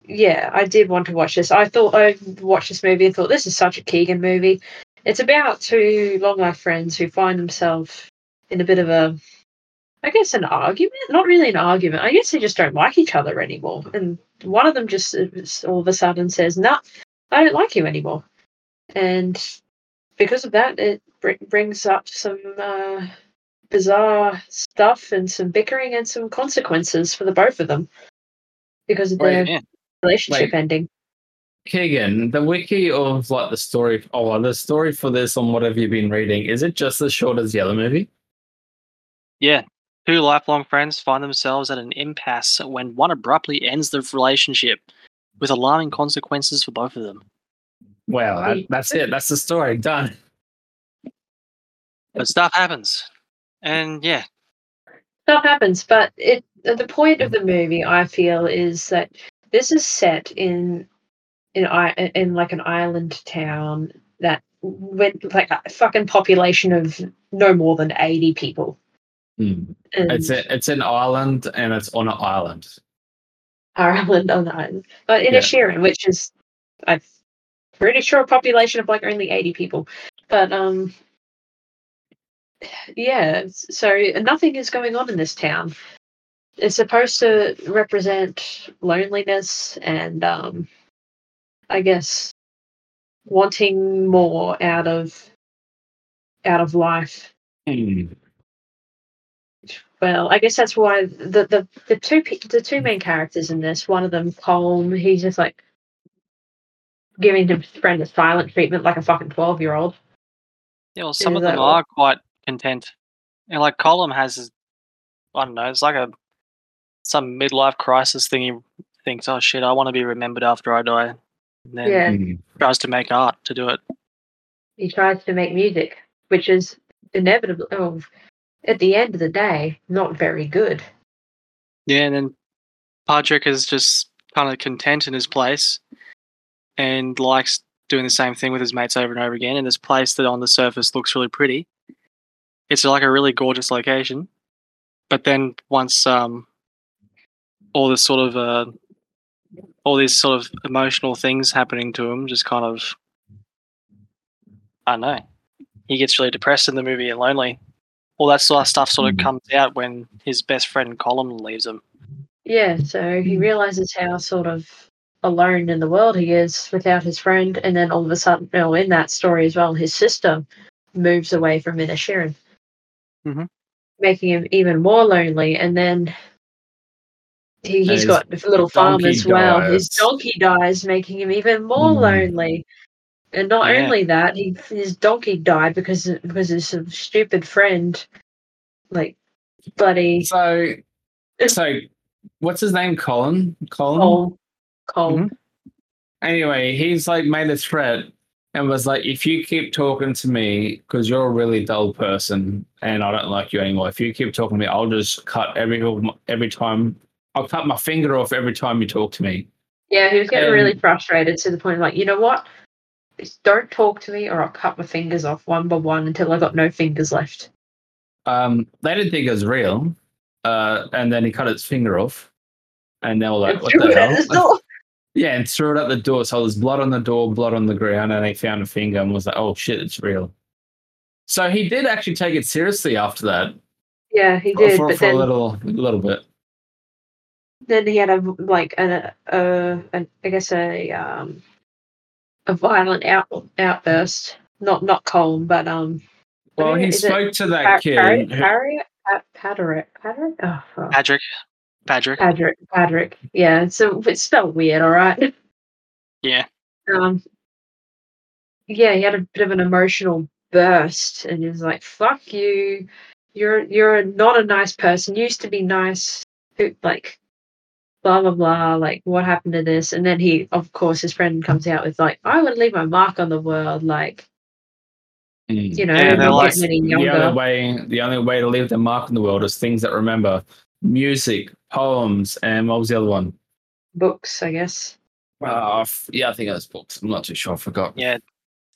Speaker 2: yeah, I did want to watch this. I thought I watched this movie and thought this is such a Keegan movie. It's about two long life friends who find themselves in a bit of a, I guess, an argument. Not really an argument. I guess they just don't like each other anymore. And one of them just uh, s- all of a sudden says, "No, I don't like you anymore," and because of that, it br- brings up some uh, bizarre stuff and some bickering and some consequences for the both of them because of their
Speaker 3: Wait,
Speaker 1: yeah.
Speaker 2: relationship
Speaker 3: wait.
Speaker 2: ending.
Speaker 3: Keegan, the wiki of like the story, oh, well, the story for this on what have you been reading? Is it just as short as the other movie?
Speaker 1: Yeah. Two lifelong friends find themselves at an impasse when one abruptly ends the relationship with alarming consequences for both of them.
Speaker 3: Well, that, that's it. That's the story. Done.
Speaker 1: But stuff happens. And yeah,
Speaker 2: stuff happens but it the point of the movie i feel is that this is set in in i in like an island town that went like a fucking population of no more than 80 people and
Speaker 3: Hmm. It's a, it's an island and it's on an island.
Speaker 2: our island on the island but in
Speaker 3: Yeah.
Speaker 2: Ashirin, which is i'm pretty sure a population of like only 80 people but um yeah so nothing is going on in this town it's supposed to represent loneliness and um i guess wanting more out of out of life
Speaker 3: Hmm.
Speaker 2: well i guess that's why the the, the two pe- the two main characters in this one of them calm he's just like giving his friend the silent treatment like a fucking 12 year old
Speaker 1: yeah well, some
Speaker 2: Yeah,
Speaker 1: of them
Speaker 2: that
Speaker 1: are quite content. And like Colum has, his- I don't know, it's like a some midlife crisis thing. He thinks, oh shit, I want to be remembered after I die. And then
Speaker 2: Yeah.
Speaker 3: Hmm.
Speaker 1: tries to make art to do it.
Speaker 2: he tries to make music, which is inevitable. Oh, at the end of the day, not very good.
Speaker 1: Yeah, and then Patrick is just kind of content in his place and likes doing the same thing with his mates over and over again in this place that on the surface looks really pretty. It's like a really gorgeous location. But then once um all this sort of uh all these sort of emotional things happening to him just kind of I don't know. He gets really depressed in the movie and lonely. All that sort of stuff sort of
Speaker 3: Mhm.
Speaker 1: comes out when his best friend Colin leaves him.
Speaker 2: Yeah, so
Speaker 3: Mm.
Speaker 2: he realizes how sort of alone in the world he is without his friend, and then all of a sudden, well, in that story as well, his sister moves away from Inishirin,
Speaker 3: Mm-hmm.
Speaker 1: Mhm.
Speaker 2: making him even more lonely. And then he,
Speaker 3: And
Speaker 2: he's
Speaker 3: his
Speaker 2: got a little farm
Speaker 3: donkey
Speaker 2: as well. His
Speaker 3: dies.
Speaker 2: donkey dies, making him even more
Speaker 3: Mm.
Speaker 2: lonely. And not
Speaker 1: Yeah.
Speaker 2: only that, he his donkey died because because his stupid friend, like bloody
Speaker 3: So, so what's his name? Colin. Colin.
Speaker 2: Cole. Cole.
Speaker 3: Mm-hmm.
Speaker 1: Mhm.
Speaker 3: Anyway, he's like made a threat and was like, "If you keep talking to me, because you're a really dull person, and I don't like you anymore. If you keep talking to me, I'll just cut every every time. I'll cut my finger off every time you talk to me."
Speaker 2: Yeah, he was getting really
Speaker 3: And-
Speaker 2: frustrated to the point of like, you know what? Just Don't talk to me or I'll cut my fingers off one by one until I got no fingers left.
Speaker 3: Um, they didn't think it was real, uh, and then he cut his finger off, and they were like,
Speaker 2: [LAUGHS] And
Speaker 3: "What
Speaker 2: threw
Speaker 3: the
Speaker 2: it at
Speaker 3: hell?"
Speaker 2: his door.
Speaker 3: Yeah, and threw it at the door. So there's blood on the door, blood on the ground, and they found a finger and was like, oh shit, it's real. So he did actually take it seriously after that
Speaker 2: Yeah, he
Speaker 3: for,
Speaker 2: did.
Speaker 3: for,
Speaker 2: but
Speaker 3: for a
Speaker 2: then,
Speaker 3: little little bit.
Speaker 2: then he had a like an a, an I guess a um a violent out, outburst. Not not calm, but um. I
Speaker 3: Well,
Speaker 2: mean,
Speaker 3: he
Speaker 2: is it
Speaker 3: spoke to that
Speaker 2: Par-
Speaker 3: kid.
Speaker 2: Par-
Speaker 3: who-
Speaker 2: Parry- Pa- Patrick. Patrick. Oh, fuck.
Speaker 1: Patrick. Patrick.
Speaker 2: Patrick. Patrick. Yeah. So it's spelled weird. All right.
Speaker 1: Yeah.
Speaker 2: um yeah he had a bit of an emotional burst and he was like fuck you you're you're not a nice person you used to be nice who- like blah blah blah like what happened to this and then he of course his friend comes out with like i would leave my mark on the world like
Speaker 3: Mm.
Speaker 2: you know
Speaker 1: Yeah,
Speaker 2: you're
Speaker 1: they're
Speaker 2: not
Speaker 1: like-
Speaker 2: getting any
Speaker 3: the
Speaker 2: younger
Speaker 3: only way the only way to leave their mark in the world is things that remember music, poems, and what was the other one?
Speaker 2: books i guess
Speaker 3: Uh, f- yeah, I think it was books. I'm not too sure. I forgot.
Speaker 1: Yeah.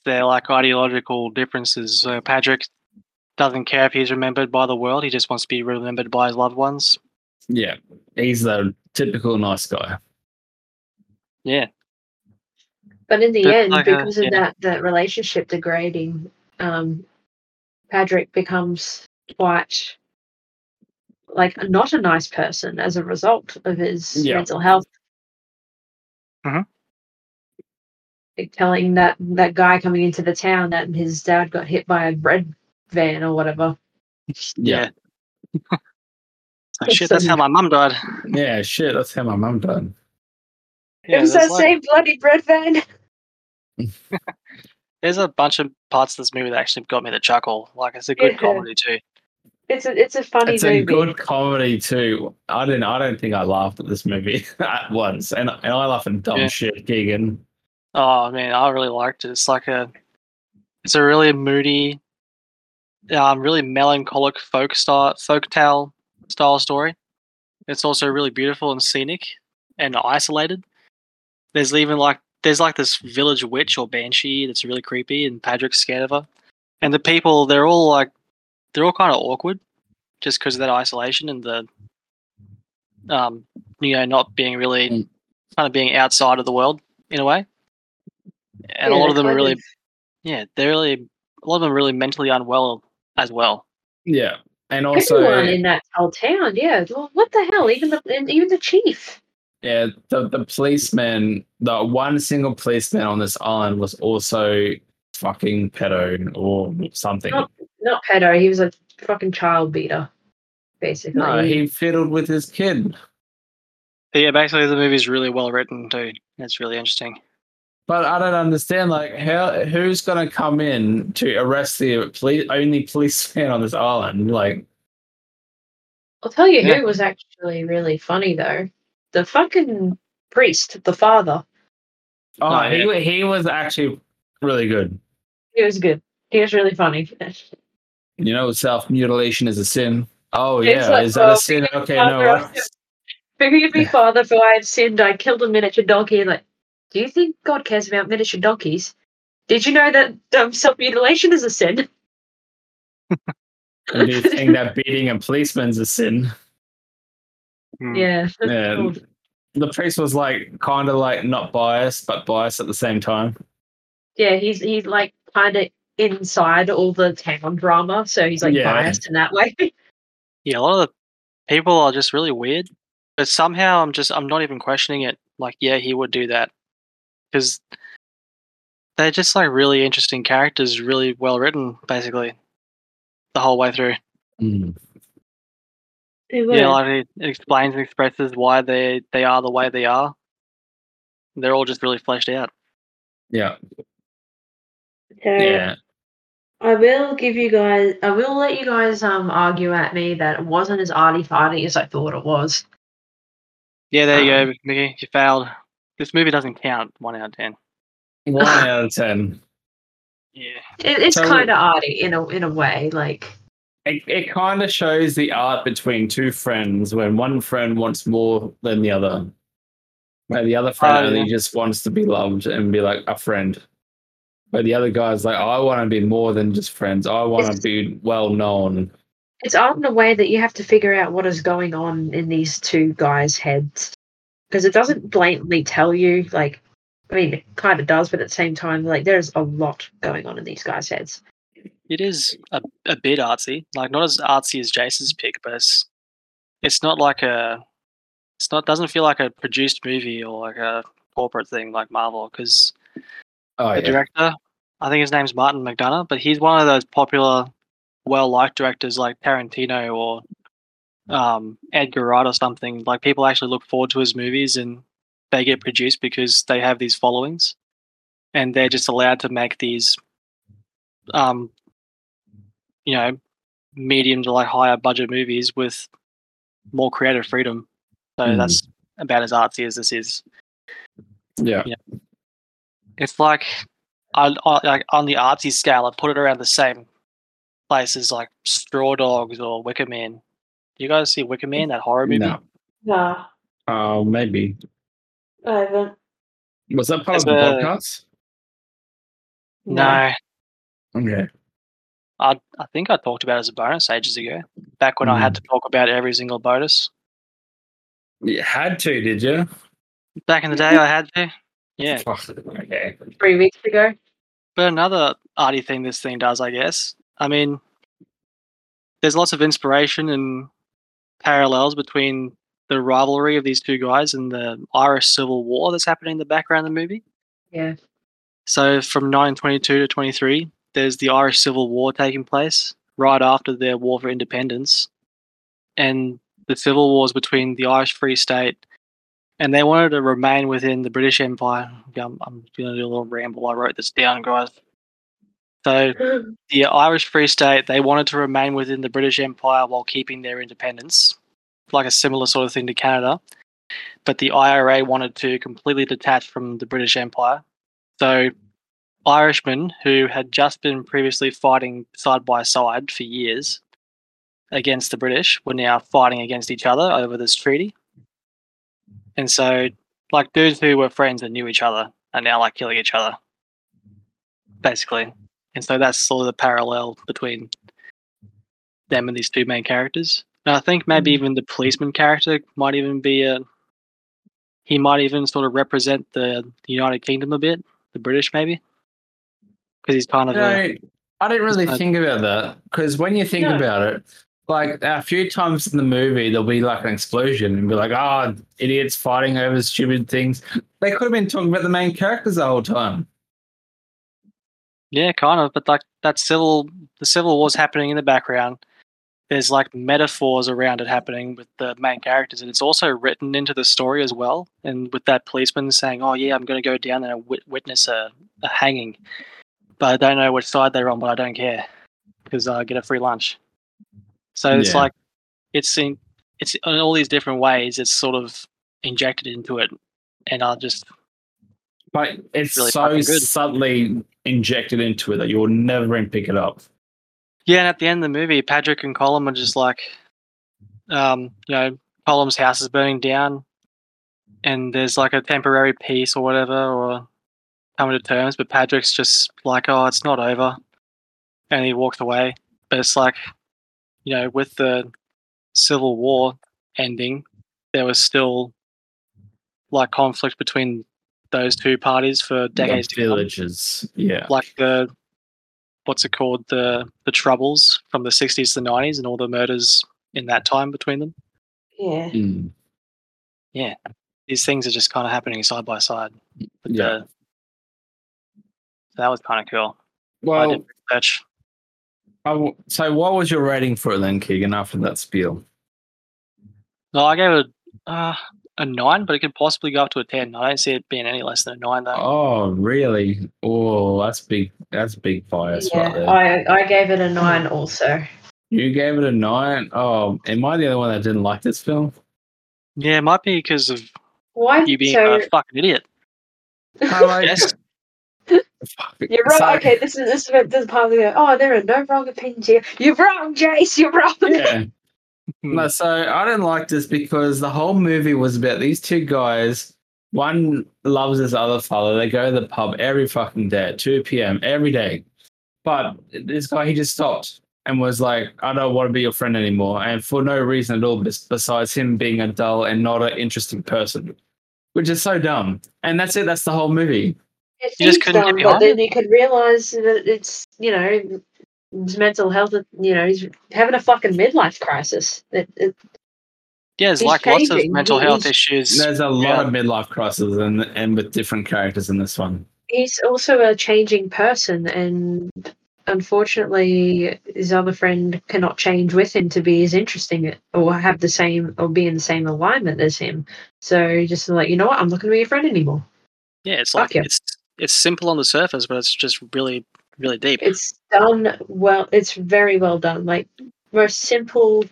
Speaker 1: They're like ideological differences. So Patrick doesn't care if he's remembered by the world. He just wants to be remembered by his loved ones.
Speaker 3: Yeah. He's the typical nice guy.
Speaker 1: Yeah.
Speaker 2: But in the
Speaker 1: But
Speaker 2: end,
Speaker 1: like a-
Speaker 2: because of
Speaker 1: yeah.
Speaker 2: that that relationship degrading, um, Patrick becomes quite like not a nice person as a result of his
Speaker 3: Yeah. Mm-hmm.
Speaker 2: mental health.
Speaker 1: Mhm.
Speaker 2: Like telling that that guy coming into the town that his dad got hit by a bread van or whatever.
Speaker 1: Yeah.
Speaker 2: [LAUGHS]
Speaker 1: Oh, shit, that's how my mum died.
Speaker 3: Yeah, shit. That's how my mum died.
Speaker 1: Yeah,
Speaker 2: it was
Speaker 1: there's,
Speaker 2: that
Speaker 1: like-
Speaker 2: same bloody bread van.
Speaker 1: there's a bunch of parts of this movie that actually got me to chuckle. Like it's a good
Speaker 2: Yeah.
Speaker 1: comedy too.
Speaker 2: It's a it's a funny
Speaker 3: It's
Speaker 2: movie.
Speaker 3: a good comedy too. I didn't. I don't think I laughed at this movie [LAUGHS] at once, and and I laugh at dumb
Speaker 1: Yeah.
Speaker 3: shit, Keegan.
Speaker 1: Oh man, I really liked it. It's like a, it's a really moody, um, really melancholic folk style, folk tale style story. It's also really beautiful and scenic, and isolated. There's even like there's like this village witch or banshee that's really creepy, and Patrick's scared of her. And the people they're all like, they're all kind of awkward, just because of that isolation and the, um, you know, not being really,
Speaker 3: Mm.
Speaker 1: kind of being outside of the world in a way and a
Speaker 2: Yeah,
Speaker 1: lot of them are
Speaker 2: kind
Speaker 1: really yeah they're really a lot of them are really mentally unwell as well
Speaker 3: Yeah, and also
Speaker 2: Everyone in that whole town, yeah. Well, what the hell? Even the and even the chief.
Speaker 3: Yeah, the, the policeman, the one single policeman on this island was also fucking pedo or something.
Speaker 2: Oh, Not pedo. He was a fucking child beater, basically.
Speaker 3: no, he fiddled with his kid.
Speaker 1: but yeah basically the movie's really well written too it's really interesting
Speaker 3: But I don't understand, like, how who's gonna come in to arrest the police only policeman on this island? Like,
Speaker 2: I'll tell you
Speaker 1: Yeah.
Speaker 2: who was actually really funny though. The fucking priest, the father.
Speaker 3: oh,
Speaker 1: Oh,
Speaker 3: he wa- he was actually really good.
Speaker 2: He was good. He was really funny. [LAUGHS]
Speaker 3: You know, self mutilation is a sin. Oh
Speaker 2: It's
Speaker 3: yeah,
Speaker 2: like,
Speaker 3: is that
Speaker 2: well,
Speaker 3: a sin? Okay,
Speaker 2: because
Speaker 3: no.
Speaker 2: we're
Speaker 3: I-
Speaker 2: also- Forgive me, Father, for I have sinned. I killed a miniature donkey. And like, do you think God cares about miniature donkeys? Did you know that um, self mutilation is a sin?
Speaker 3: Do you think
Speaker 2: [LAUGHS]
Speaker 3: that beating a policeman's a sin?
Speaker 1: Hmm.
Speaker 2: [LAUGHS] Yeah.
Speaker 3: Mm. Yeah.
Speaker 2: Cool.
Speaker 3: The priest was like kind of like not biased, but biased at the same time.
Speaker 2: Yeah, he's he's like kind of inside all the town drama, so he's like
Speaker 3: Yeah.
Speaker 2: biased in that way. [LAUGHS]
Speaker 1: yeah a lot of the people are just really weird but somehow i'm just i'm not even questioning it like yeah he would do that because they're just like really interesting characters really well written basically the whole way through
Speaker 3: Mm,
Speaker 1: yeah like it it explains and expresses why they they are the way they are they're all just really fleshed out
Speaker 3: Yeah.
Speaker 2: So,
Speaker 3: Yeah.
Speaker 2: I will give you guys. I will let you guys um argue at me that it wasn't as arty farty as I thought it was.
Speaker 1: Yeah, there you
Speaker 2: Um,
Speaker 1: go, Mickey. You failed. This movie doesn't count. One out of ten.
Speaker 3: One out of 10.
Speaker 1: Yeah.
Speaker 2: It, it's
Speaker 3: So-
Speaker 2: kind of arty in a in a way, like
Speaker 3: It, it kind of shows the art between two friends when one friend wants more than the other. Where the other friend
Speaker 1: Oh,
Speaker 3: only
Speaker 1: yeah.
Speaker 3: just wants to be loved and be like a friend. But the other guy's like, I want to be more than just friends. I want to
Speaker 2: It's-
Speaker 3: be well known.
Speaker 2: it's art in a way that you have to figure out what is going on in these two guys' heads because it doesn't blatantly tell you. Like, I mean, it kind of does, but at the same time, like there's a lot going on in these guys' heads.
Speaker 1: It is a, a bit artsy. Like not as artsy as Jason's pick, but it's it's not like a it's not doesn't feel like a produced movie or like a corporate thing like Marvel because
Speaker 3: Oh,
Speaker 1: the
Speaker 3: yeah.
Speaker 1: director I think his name's Martin McDonough, but he's one of those popular, well liked directors like Tarantino or um, Edgar Wright or something. Like people actually look forward to his movies and they get produced because they have these followings and they're just allowed to make these um you know medium to like higher budget movies with more creative freedom. So
Speaker 3: Mm.
Speaker 1: that's about as artsy as this is
Speaker 3: Yeah.
Speaker 1: it's like I, I like on the artsy scale, I put it around the same place as like Straw Dogs or Wicker Man. You guys see Wicker Man, that horror movie?
Speaker 3: No.
Speaker 2: Nah,
Speaker 3: Oh, maybe.
Speaker 2: I haven't.
Speaker 3: Was that part
Speaker 1: It's
Speaker 3: of the
Speaker 1: a-
Speaker 3: podcast?
Speaker 1: No.
Speaker 3: Okay.
Speaker 1: I I think I talked about it as a bonus ages ago. Back when I had to talk about every single bonus.
Speaker 3: You had to, did you?
Speaker 1: Back in the day I had to. Yeah.
Speaker 3: Fuck, Okay.
Speaker 2: three weeks ago.
Speaker 1: But another arty thing this thing does, I guess. I mean, there's lots of inspiration and parallels between the rivalry of these two guys and the Irish Civil War that's happening in the background of the movie.
Speaker 2: Yeah.
Speaker 1: So from 1922 to 23, there's the Irish Civil War taking place, right after their War for Independence and the civil wars between the Irish Free State, and they wanted to remain within the British Empire. Yeah, I'm, I'm going to do a little ramble. I wrote this down, guys. So the Irish Free State, they wanted to remain within the British Empire while keeping their independence, like a similar sort of thing to Canada. But the IRA wanted to completely detach from the British Empire. So Irishmen who had just been previously fighting side by side for years against the British were now fighting against each other over this treaty. And so, like, dudes who were friends and knew each other are now like killing each other, basically. And so that's sort of the parallel between them and these two main characters. And I think maybe even the policeman character might even be a. He might even sort of represent the United Kingdom a bit, the British maybe, because he's kind of a,
Speaker 3: No, I didn't really
Speaker 1: not-
Speaker 3: think about that because when you think
Speaker 2: No.
Speaker 3: about it, like a few times in the movie, there'll be like an explosion and be like, oh, idiots fighting over stupid things. They could have been talking about the main characters the whole time.
Speaker 1: Yeah, kind of. But like that civil, the civil war's happening in the background. There's like metaphors around it happening with the main characters, and it's also written into the story as well. And with that policeman saying, "Oh yeah, I'm going to go down there and wit- witness a, a hanging," but I don't know which side they're on, but I don't care because I get a free lunch. So it's
Speaker 3: Yeah.
Speaker 1: like it's in it's in all these different ways. It's sort of injected into it, and I just
Speaker 3: But it's
Speaker 1: Really
Speaker 3: so
Speaker 1: fucking good.
Speaker 3: subtly injected into it that you'll never even pick it up.
Speaker 1: Yeah, and at the end of the movie, Patrick and Colum are just like, um, you know, Colum's house is burning down, and there's like a temporary peace or whatever, or coming to terms. But Patrick's just like, oh, it's not over, and he walks away. But it's like, you know, with the Civil War ending, there was still like conflict between those two parties for decades
Speaker 3: The
Speaker 1: to come
Speaker 3: villages. Yeah.
Speaker 1: like the what's it called the the troubles from the 60s to the 90s and all the murders in that time between them
Speaker 2: [LAUGHS] yeah.
Speaker 3: Mm.
Speaker 1: these things are just kind of happening side by side but
Speaker 3: Yeah.
Speaker 1: the, so that was kind of cool i
Speaker 3: Well,
Speaker 1: did research
Speaker 3: I w- so what was your rating for it then, Keegan, after that spiel?
Speaker 1: no i gave it a, uh, a 9 but it could possibly go up to a 10 i don't see it being any less than a 9 though
Speaker 3: Oh, really? Oh, that's big. That's big bias right there.
Speaker 2: yeah. I, I gave it a nine also.
Speaker 3: You gave it a nine. Oh, am I the only one that didn't like this film?
Speaker 1: yeah it might be because of
Speaker 2: Why?
Speaker 1: you being
Speaker 2: so,
Speaker 1: a fucking idiot
Speaker 3: I like-
Speaker 1: yes
Speaker 3: Fuck.
Speaker 2: You're right.
Speaker 3: So-
Speaker 2: okay, this is this is this is part of the oh, there are no wrong opinions here. You're wrong, Jace. You're wrong.
Speaker 3: Yeah. No, so I didn't like this because the whole movie was about these two guys. One loves this other fella. They go to the pub every fucking day at 2 p.m. every day. But this guy, he just stopped and was like, I don't want to be your friend anymore. And for no reason at all, bes- besides him being a dull and not an interesting person, which is so dumb. And that's it. That's the whole movie.
Speaker 2: [LAUGHS] It
Speaker 1: You just
Speaker 2: seems
Speaker 1: couldn't get
Speaker 2: dumb, but
Speaker 1: behind
Speaker 2: then you could realize that it's you know his mental health. You know he's having a fucking midlife crisis. That it,
Speaker 1: yeah there's
Speaker 2: He's
Speaker 1: like lots of
Speaker 2: changing.
Speaker 1: mental
Speaker 2: He-
Speaker 1: health
Speaker 2: he's-
Speaker 1: issues
Speaker 3: There's a lot
Speaker 1: Yeah.
Speaker 3: of midlife crises and, and with different characters in this one.
Speaker 2: he's also a changing person, and unfortunately, his other friend cannot change with him to be as interesting or have the same or be in the same alignment as him. So he's just like you know what, I'm not going to be your friend anymore.
Speaker 1: yeah it's
Speaker 2: Fuck
Speaker 1: like
Speaker 2: yeah.
Speaker 1: it's it's simple on the surface but it's just really really deep
Speaker 2: it's done well it's very well done like most simple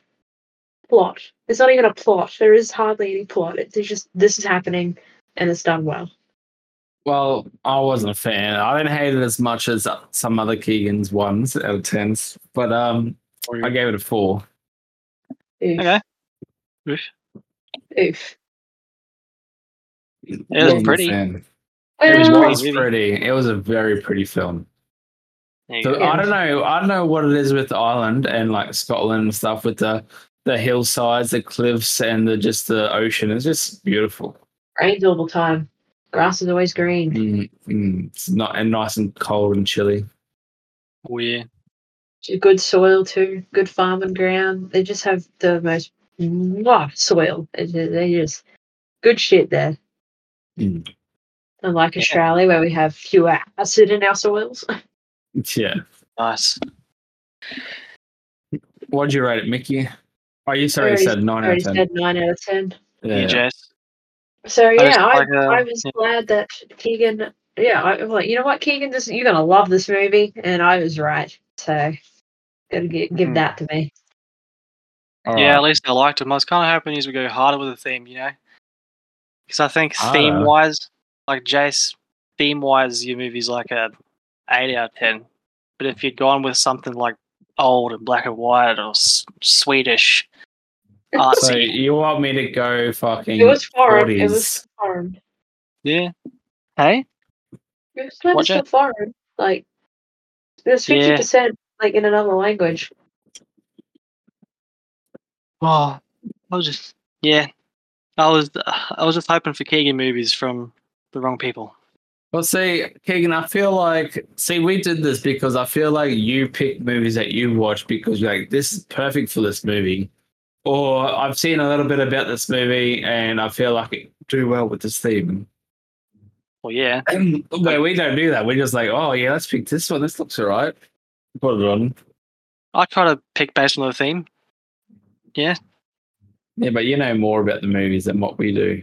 Speaker 2: plot it's not even a plot there is hardly any plot it's just this is happening and it's done well
Speaker 3: Well, I wasn't a fan. I didn't hate it as much as some other Keegan's ones out of tens, but um, I gave it a four.
Speaker 2: oof
Speaker 1: Okay. Oof.
Speaker 2: oof
Speaker 3: It
Speaker 1: was pretty.
Speaker 3: It was,
Speaker 1: Well-
Speaker 2: well,
Speaker 1: pretty.
Speaker 3: pretty. It was a very pretty film.
Speaker 1: There you
Speaker 3: So
Speaker 1: go.
Speaker 2: Yeah.
Speaker 3: I don't know. I don't know what it is with Ireland and like Scotland and stuff with the the hillsides, the cliffs, and the just the ocean. It's just beautiful.
Speaker 2: rains all the time grass is always green
Speaker 3: Mm, mm. It's not and nice and cold and chilly.
Speaker 1: Oh, yeah.
Speaker 2: good soil too good farming ground they just have the most mwah, soil It- it- they just good shit there
Speaker 3: Mm.
Speaker 2: unlike
Speaker 1: Yeah.
Speaker 2: australia where we have fewer acid in our soils
Speaker 3: Yeah.
Speaker 1: Nice.
Speaker 3: What did you rate it, Mickey? Oh, you sorry, you
Speaker 2: Already-
Speaker 3: said nine
Speaker 2: I
Speaker 3: out
Speaker 2: already
Speaker 3: of ten.
Speaker 2: said nine out of ten.
Speaker 1: You, Jace.
Speaker 2: So
Speaker 1: That is
Speaker 2: yeah, I,
Speaker 1: like a-
Speaker 2: I was
Speaker 1: yeah.
Speaker 2: glad that Keegan. Yeah, I was like, you know what, Keegan, this you're gonna love this movie, and I was right. So, gotta gi- give
Speaker 1: Hmm.
Speaker 2: that to me.
Speaker 3: All
Speaker 1: Yeah,
Speaker 3: right.
Speaker 1: at least I liked him. I was kind of hoping these would go harder with the theme, you know? Because I think
Speaker 3: I don't know.
Speaker 1: theme wise, like Jace, theme wise, your movie's like a 8 out of 10. But if you'd gone with something like old and black and white or s- [LAUGHS] Swedish artsy,
Speaker 3: So you want me to go fucking?
Speaker 2: It was foreign. It
Speaker 3: 40s.
Speaker 2: was foreign.
Speaker 1: yeah. Hey?
Speaker 2: It was kind of
Speaker 1: Watch
Speaker 2: still
Speaker 1: it.
Speaker 2: foreign. Like it was
Speaker 1: Yeah.
Speaker 2: fifty percent like in another language.
Speaker 1: Oh, I was just, yeah. I was, I was just hoping for Keegan movies from the wrong people.
Speaker 3: Well, see, Keegan, I feel like see we did this because I feel like you pick movies that you watch because you're like this is perfect for this movie, or I've seen a little bit about this movie and I feel like it do well with this theme. [CLEARS THROAT]
Speaker 1: Well, yeah.
Speaker 3: but we don't do that. We're just like, oh yeah, let's pick this one. This looks alright. Put it on.
Speaker 1: I try to pick based on the theme.
Speaker 3: Yeah, but you know more about the movies than what we do.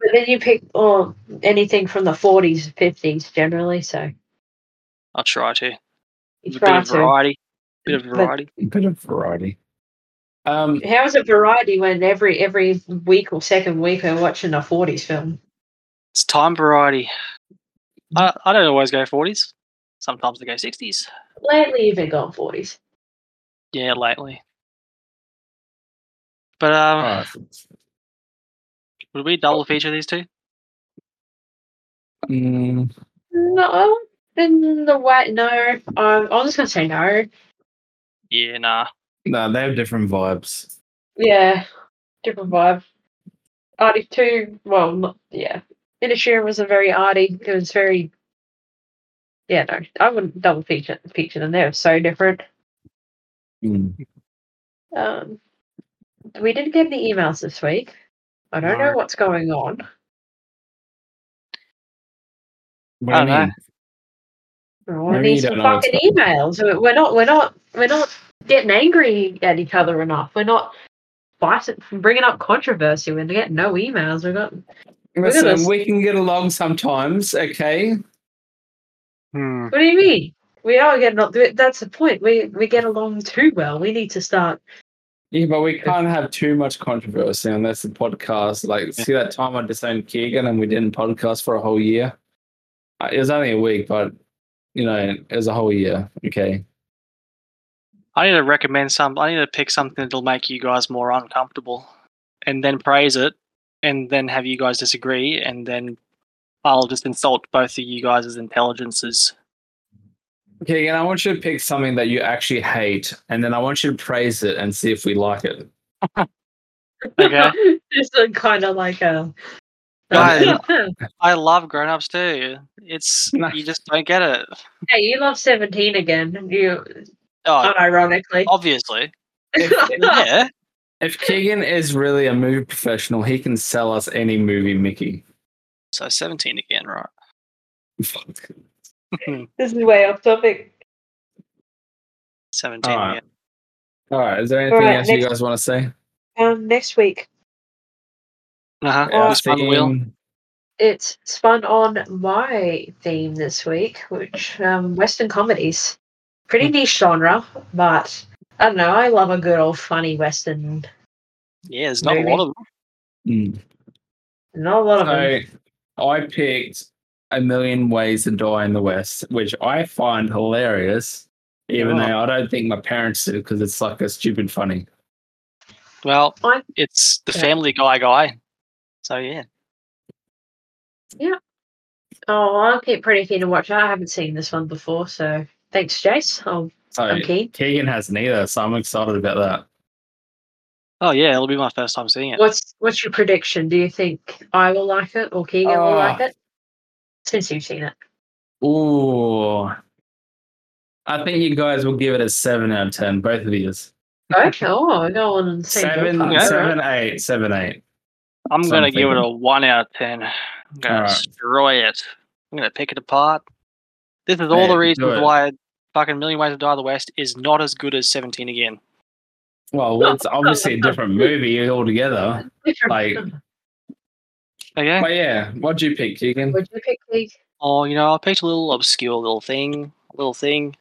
Speaker 2: But then you pick or anything from the forties, fifties generally. So
Speaker 1: I try to. a
Speaker 2: you
Speaker 1: bit
Speaker 2: try
Speaker 1: of
Speaker 2: to.
Speaker 1: variety. Bit of
Speaker 2: But-
Speaker 1: variety.
Speaker 3: A bit of variety. Um,
Speaker 2: How is it variety when every every week or second week we're watching a forties film?
Speaker 1: It's time variety. I, I don't always go 40s. Sometimes I go 60s.
Speaker 2: Lately, you've been going forties.
Speaker 1: Yeah, lately. But um,
Speaker 3: alright.
Speaker 1: would we double feature these two?
Speaker 3: Mm,
Speaker 2: No, in the way, no. Um, I'm just gonna say no.
Speaker 1: Yeah, nah.
Speaker 3: no, they have different vibes.
Speaker 2: Yeah, different vibe. Arty too. Well, not, yeah. Inishirin was a very arty. It was very. Yeah, no, I wouldn't double feature feature them. They're so different.
Speaker 3: Mm.
Speaker 2: Um, we didn't get any emails this week. I don't know
Speaker 1: No.
Speaker 2: what's going on.
Speaker 3: What do you
Speaker 1: I don't know.
Speaker 3: mean?
Speaker 2: We
Speaker 3: Maybe you
Speaker 2: need some
Speaker 3: don't know what's
Speaker 2: fucking emails. We- We're not. We're not. We're not getting angry at each other enough. We're not fighting, bringing up controversy. We're getting no emails. We got Look at
Speaker 3: Listen,
Speaker 2: us.
Speaker 3: we can get along sometimes, okay?
Speaker 1: Hmm.
Speaker 2: What do you mean? We are getting al- th- That's the point. We we get along too well. We need to start.
Speaker 3: Yeah, but we can't have too much controversy unless the podcast. Like, see that time I disowned Keegan and we didn't podcast for a whole year? Uh, It was only a week, but, you know, it was a whole year, okay?
Speaker 1: I need to recommend some. I need to pick something that'll make you guys more uncomfortable, and then praise it, and then have you guys disagree, and then I'll just insult both of you guys' intelligences.
Speaker 3: Keegan, I want you to pick something that you actually hate and then I want you to praise it and see if we
Speaker 2: [LAUGHS]
Speaker 3: like it.
Speaker 1: Okay.
Speaker 2: Just kind of like a.
Speaker 1: Guys. I love grown ups too. It's
Speaker 3: No.
Speaker 1: you just don't get it.
Speaker 2: [LAUGHS] hey, you love Seventeen again. You
Speaker 3: Uh,
Speaker 1: Oh,
Speaker 2: unironically.
Speaker 1: obviously.
Speaker 3: if,
Speaker 1: Yeah.
Speaker 3: if Keegan is really a movie professional, he can sell us any movie, Mickey.
Speaker 1: So 17 again, right?
Speaker 2: this is way off topic.
Speaker 1: 17
Speaker 3: Alright.
Speaker 1: again.
Speaker 3: All right, is there anything
Speaker 2: right,
Speaker 3: else you
Speaker 2: next-
Speaker 3: guys want to say?
Speaker 2: Um, next week
Speaker 1: Uh-huh.
Speaker 2: Yeah,
Speaker 1: Just spun the wheel.
Speaker 3: theme.
Speaker 2: it's spun on my theme this week, which um, Western comedies.
Speaker 3: Hmm.
Speaker 2: Pretty niche genre, but I don't know. I love a good old funny Western.
Speaker 1: Yeah, there's not
Speaker 2: Maybe.
Speaker 1: a lot of them.
Speaker 3: Mm.
Speaker 2: Not a lot of them.
Speaker 3: So I picked A Million Ways to Die in the West, which I find hilarious, even
Speaker 1: Oh.
Speaker 3: though I don't think my parents did because it's like a stupid funny.
Speaker 1: Well,
Speaker 2: Fine.
Speaker 1: it's the
Speaker 2: Yeah.
Speaker 1: family guy guy. So yeah.
Speaker 2: Oh, I'm ke- pretty keen to watch it. I haven't seen this one before, so thanks, Jace. I'll,
Speaker 3: So
Speaker 2: I'm keen.
Speaker 3: Keegan hasn't either, so I'm excited about that.
Speaker 1: Oh yeah, it'll be my first time seeing it.
Speaker 2: What's what's your prediction? Do you think I will like it or Keegan will like
Speaker 3: Ah.
Speaker 2: it? Since you've seen it,
Speaker 3: Ooh. I think you guys will give it a seven out of ten, both of you.
Speaker 2: okay. Oh, I'll go on and see.
Speaker 3: Seven,
Speaker 1: Okay.
Speaker 3: seven, eight, seven, eight.
Speaker 1: I'm gonna give it
Speaker 3: something.
Speaker 1: a one out of ten. I'm gonna
Speaker 3: Alright.
Speaker 1: destroy it. I'm gonna pick it apart. This is all
Speaker 3: Yeah,
Speaker 1: the
Speaker 3: do
Speaker 1: reasons
Speaker 3: it.
Speaker 1: why fucking Million Ways to Die in the West is not as good as 17 again.
Speaker 3: Well, it's obviously
Speaker 2: [LAUGHS]
Speaker 3: a different movie altogether. Like,
Speaker 1: Okay.
Speaker 3: but yeah, what'd you pick, Keegan?
Speaker 2: Would you pick League?
Speaker 1: Oh, you know, I picked a little obscure little thing, little thing.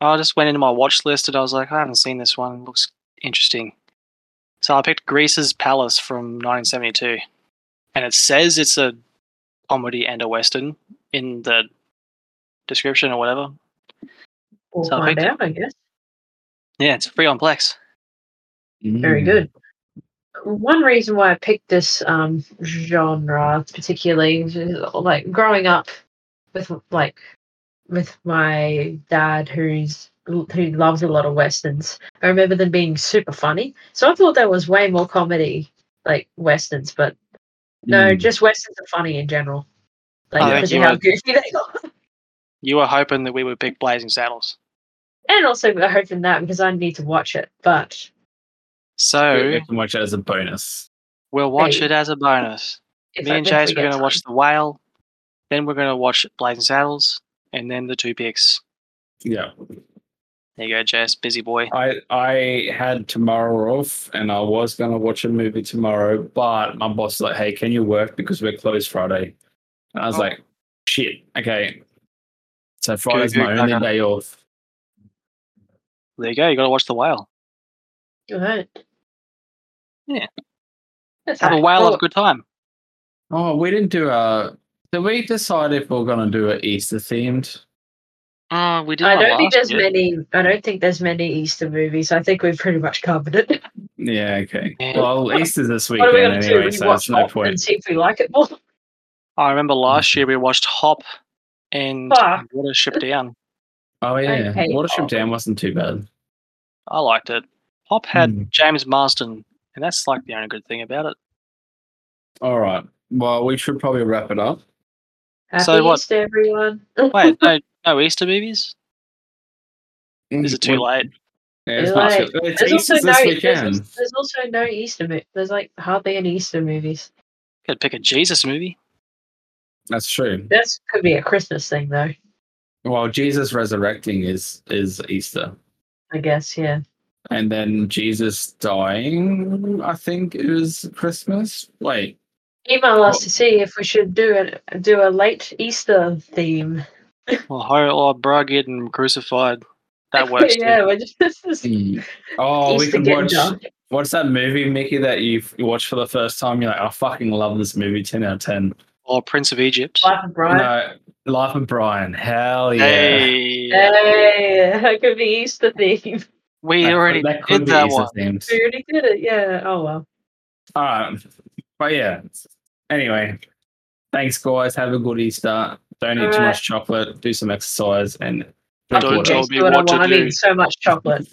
Speaker 1: I just went into my watch list and I was like, I haven't seen this one. It looks interesting. So I picked Greece's Palace from 1972, and it says it's a comedy and a western in the description or whatever.
Speaker 2: We'll
Speaker 1: So I
Speaker 2: find
Speaker 1: picked-
Speaker 2: out, I guess.
Speaker 1: Yeah, it's free on Plex. Mm-hmm.
Speaker 2: Very good. One reason why I picked this um, genre particularly, is, like growing up with like with my dad, who's who loves a lot of westerns. I remember them being super funny, so I thought there was way more comedy like westerns, but no,
Speaker 3: Mm.
Speaker 2: just westerns are funny in general. Like
Speaker 1: Oh,
Speaker 2: because
Speaker 1: you
Speaker 2: of how
Speaker 1: are-
Speaker 2: goofy they are,
Speaker 1: You were hoping that we would pick Blazing Saddles.
Speaker 2: and also I hope in that because I need to watch it, but.
Speaker 1: So
Speaker 3: You can watch it as a bonus.
Speaker 1: we'll watch
Speaker 2: Hey.
Speaker 1: it as a bonus.
Speaker 2: if
Speaker 1: Me
Speaker 2: I-
Speaker 1: and
Speaker 2: if
Speaker 1: Jace,
Speaker 2: we
Speaker 1: we're
Speaker 2: get
Speaker 1: going to
Speaker 2: time.
Speaker 1: watch The Whale, then we're going to watch Blazing Saddles, and then the two picks.
Speaker 3: Yeah.
Speaker 1: There you go, Jace, busy boy.
Speaker 3: I I had tomorrow off and I was gonna watch a movie tomorrow, but my boss was like, hey, can you work because we're closed Friday? And I was
Speaker 1: Oh.
Speaker 3: like, shit, okay. So Friday's
Speaker 1: Goo goo
Speaker 3: my only
Speaker 1: gaga.
Speaker 3: day off.
Speaker 1: There you go. You got to watch The Whale.
Speaker 2: Alright.
Speaker 1: Yeah.
Speaker 2: That's
Speaker 1: Have a
Speaker 2: alright.
Speaker 1: whale of
Speaker 2: Well,
Speaker 1: a good time.
Speaker 3: Oh, we didn't do a did we decide if we're gonna do it Easter themed?
Speaker 1: Uh, we did.
Speaker 2: I
Speaker 1: one
Speaker 2: don't
Speaker 1: last
Speaker 2: think there's
Speaker 1: year.
Speaker 2: many. I don't think there's many Easter movies. I think we've pretty much covered
Speaker 3: [LAUGHS]
Speaker 2: it.
Speaker 3: Yeah, okay.
Speaker 1: Yeah.
Speaker 3: Well Easter's this
Speaker 2: what are
Speaker 3: weekend
Speaker 2: we going to do?
Speaker 3: anyway,
Speaker 2: We
Speaker 3: so
Speaker 2: watch
Speaker 3: it's no
Speaker 2: Hop and
Speaker 3: point.
Speaker 2: see if we like it more.
Speaker 1: I remember last year we watched Hop and
Speaker 2: Mm. Fuck.
Speaker 1: Watership Down.
Speaker 3: Oh yeah.
Speaker 2: Okay.
Speaker 3: Watership Down wasn't too bad.
Speaker 1: I liked it. Hop had
Speaker 3: Mm.
Speaker 1: James Marsden, and that's like the only good thing about it.
Speaker 3: All right. Well, we should probably wrap it up.
Speaker 2: Happy
Speaker 1: So what-
Speaker 2: Easter, everyone.
Speaker 1: Wait, no, no Easter movies? Is it too
Speaker 3: What-
Speaker 1: late?
Speaker 3: Yeah, it's
Speaker 2: Too
Speaker 3: not
Speaker 2: late.
Speaker 3: too-
Speaker 2: [LAUGHS]
Speaker 3: It's
Speaker 2: There's also,
Speaker 3: Easter's
Speaker 2: no,
Speaker 3: this
Speaker 2: there's,
Speaker 3: weekend.
Speaker 2: also- there's also no Easter. mo- There's like hardly any Easter movies.
Speaker 1: Could pick a Jesus movie.
Speaker 3: That's true.
Speaker 2: This could be a Christmas thing, though.
Speaker 3: Well, Jesus resurrecting is is Easter,
Speaker 2: I guess. Yeah.
Speaker 3: and then Jesus dying, I think, is Christmas.
Speaker 2: [LAUGHS]
Speaker 3: Wait,
Speaker 2: Email us
Speaker 3: Well-
Speaker 2: to see if we should do a do a late Easter theme.
Speaker 1: Or, Oh, ho- or bro getting crucified. That works. too.
Speaker 2: [LAUGHS] yeah. We're just, this is
Speaker 3: oh, we
Speaker 2: Easter
Speaker 3: can
Speaker 2: getting
Speaker 3: watch.
Speaker 2: dark.
Speaker 3: What's that movie, Mickey, that you watched for the first time? You're like, I fucking love this movie. Ten out of ten.
Speaker 1: Or Oh, Prince of Egypt.
Speaker 2: Life of Brian.
Speaker 3: No, Life of Brian. Hell yeah.
Speaker 1: Hey,
Speaker 2: Hey, that could be Easter [LAUGHS] theme.
Speaker 1: we
Speaker 3: That-
Speaker 1: already
Speaker 3: that could
Speaker 1: did
Speaker 3: be
Speaker 1: that
Speaker 3: Easter
Speaker 1: one.
Speaker 3: themed.
Speaker 2: We already did it. Yeah. Oh well.
Speaker 3: All right. But yeah. Anyway, thanks, guys. Have a good Easter. Don't eat
Speaker 2: All
Speaker 3: too
Speaker 2: right.
Speaker 3: much chocolate. Do some exercise and drink
Speaker 1: Don't
Speaker 3: water.
Speaker 1: tell
Speaker 2: Jason,
Speaker 1: me
Speaker 2: what I
Speaker 1: what to
Speaker 2: want.
Speaker 1: do.
Speaker 2: I'm eating so much
Speaker 1: [LAUGHS]
Speaker 2: chocolate.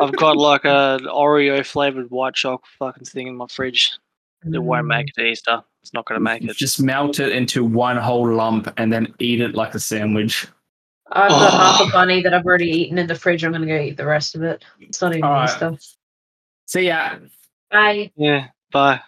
Speaker 1: I've got like an Oreo flavored white chocolate fucking thing in my fridge. It won't make it to Easter. It's not going to make it.
Speaker 3: Just melt it into one whole lump and then eat it like a sandwich.
Speaker 2: I've got half
Speaker 1: Oh.
Speaker 2: a bunny that I've already eaten in the fridge. I'm going to go eat the rest of it. It's not even
Speaker 3: All right.
Speaker 2: Easter.
Speaker 3: See ya.
Speaker 2: Bye.
Speaker 1: Yeah. Bye.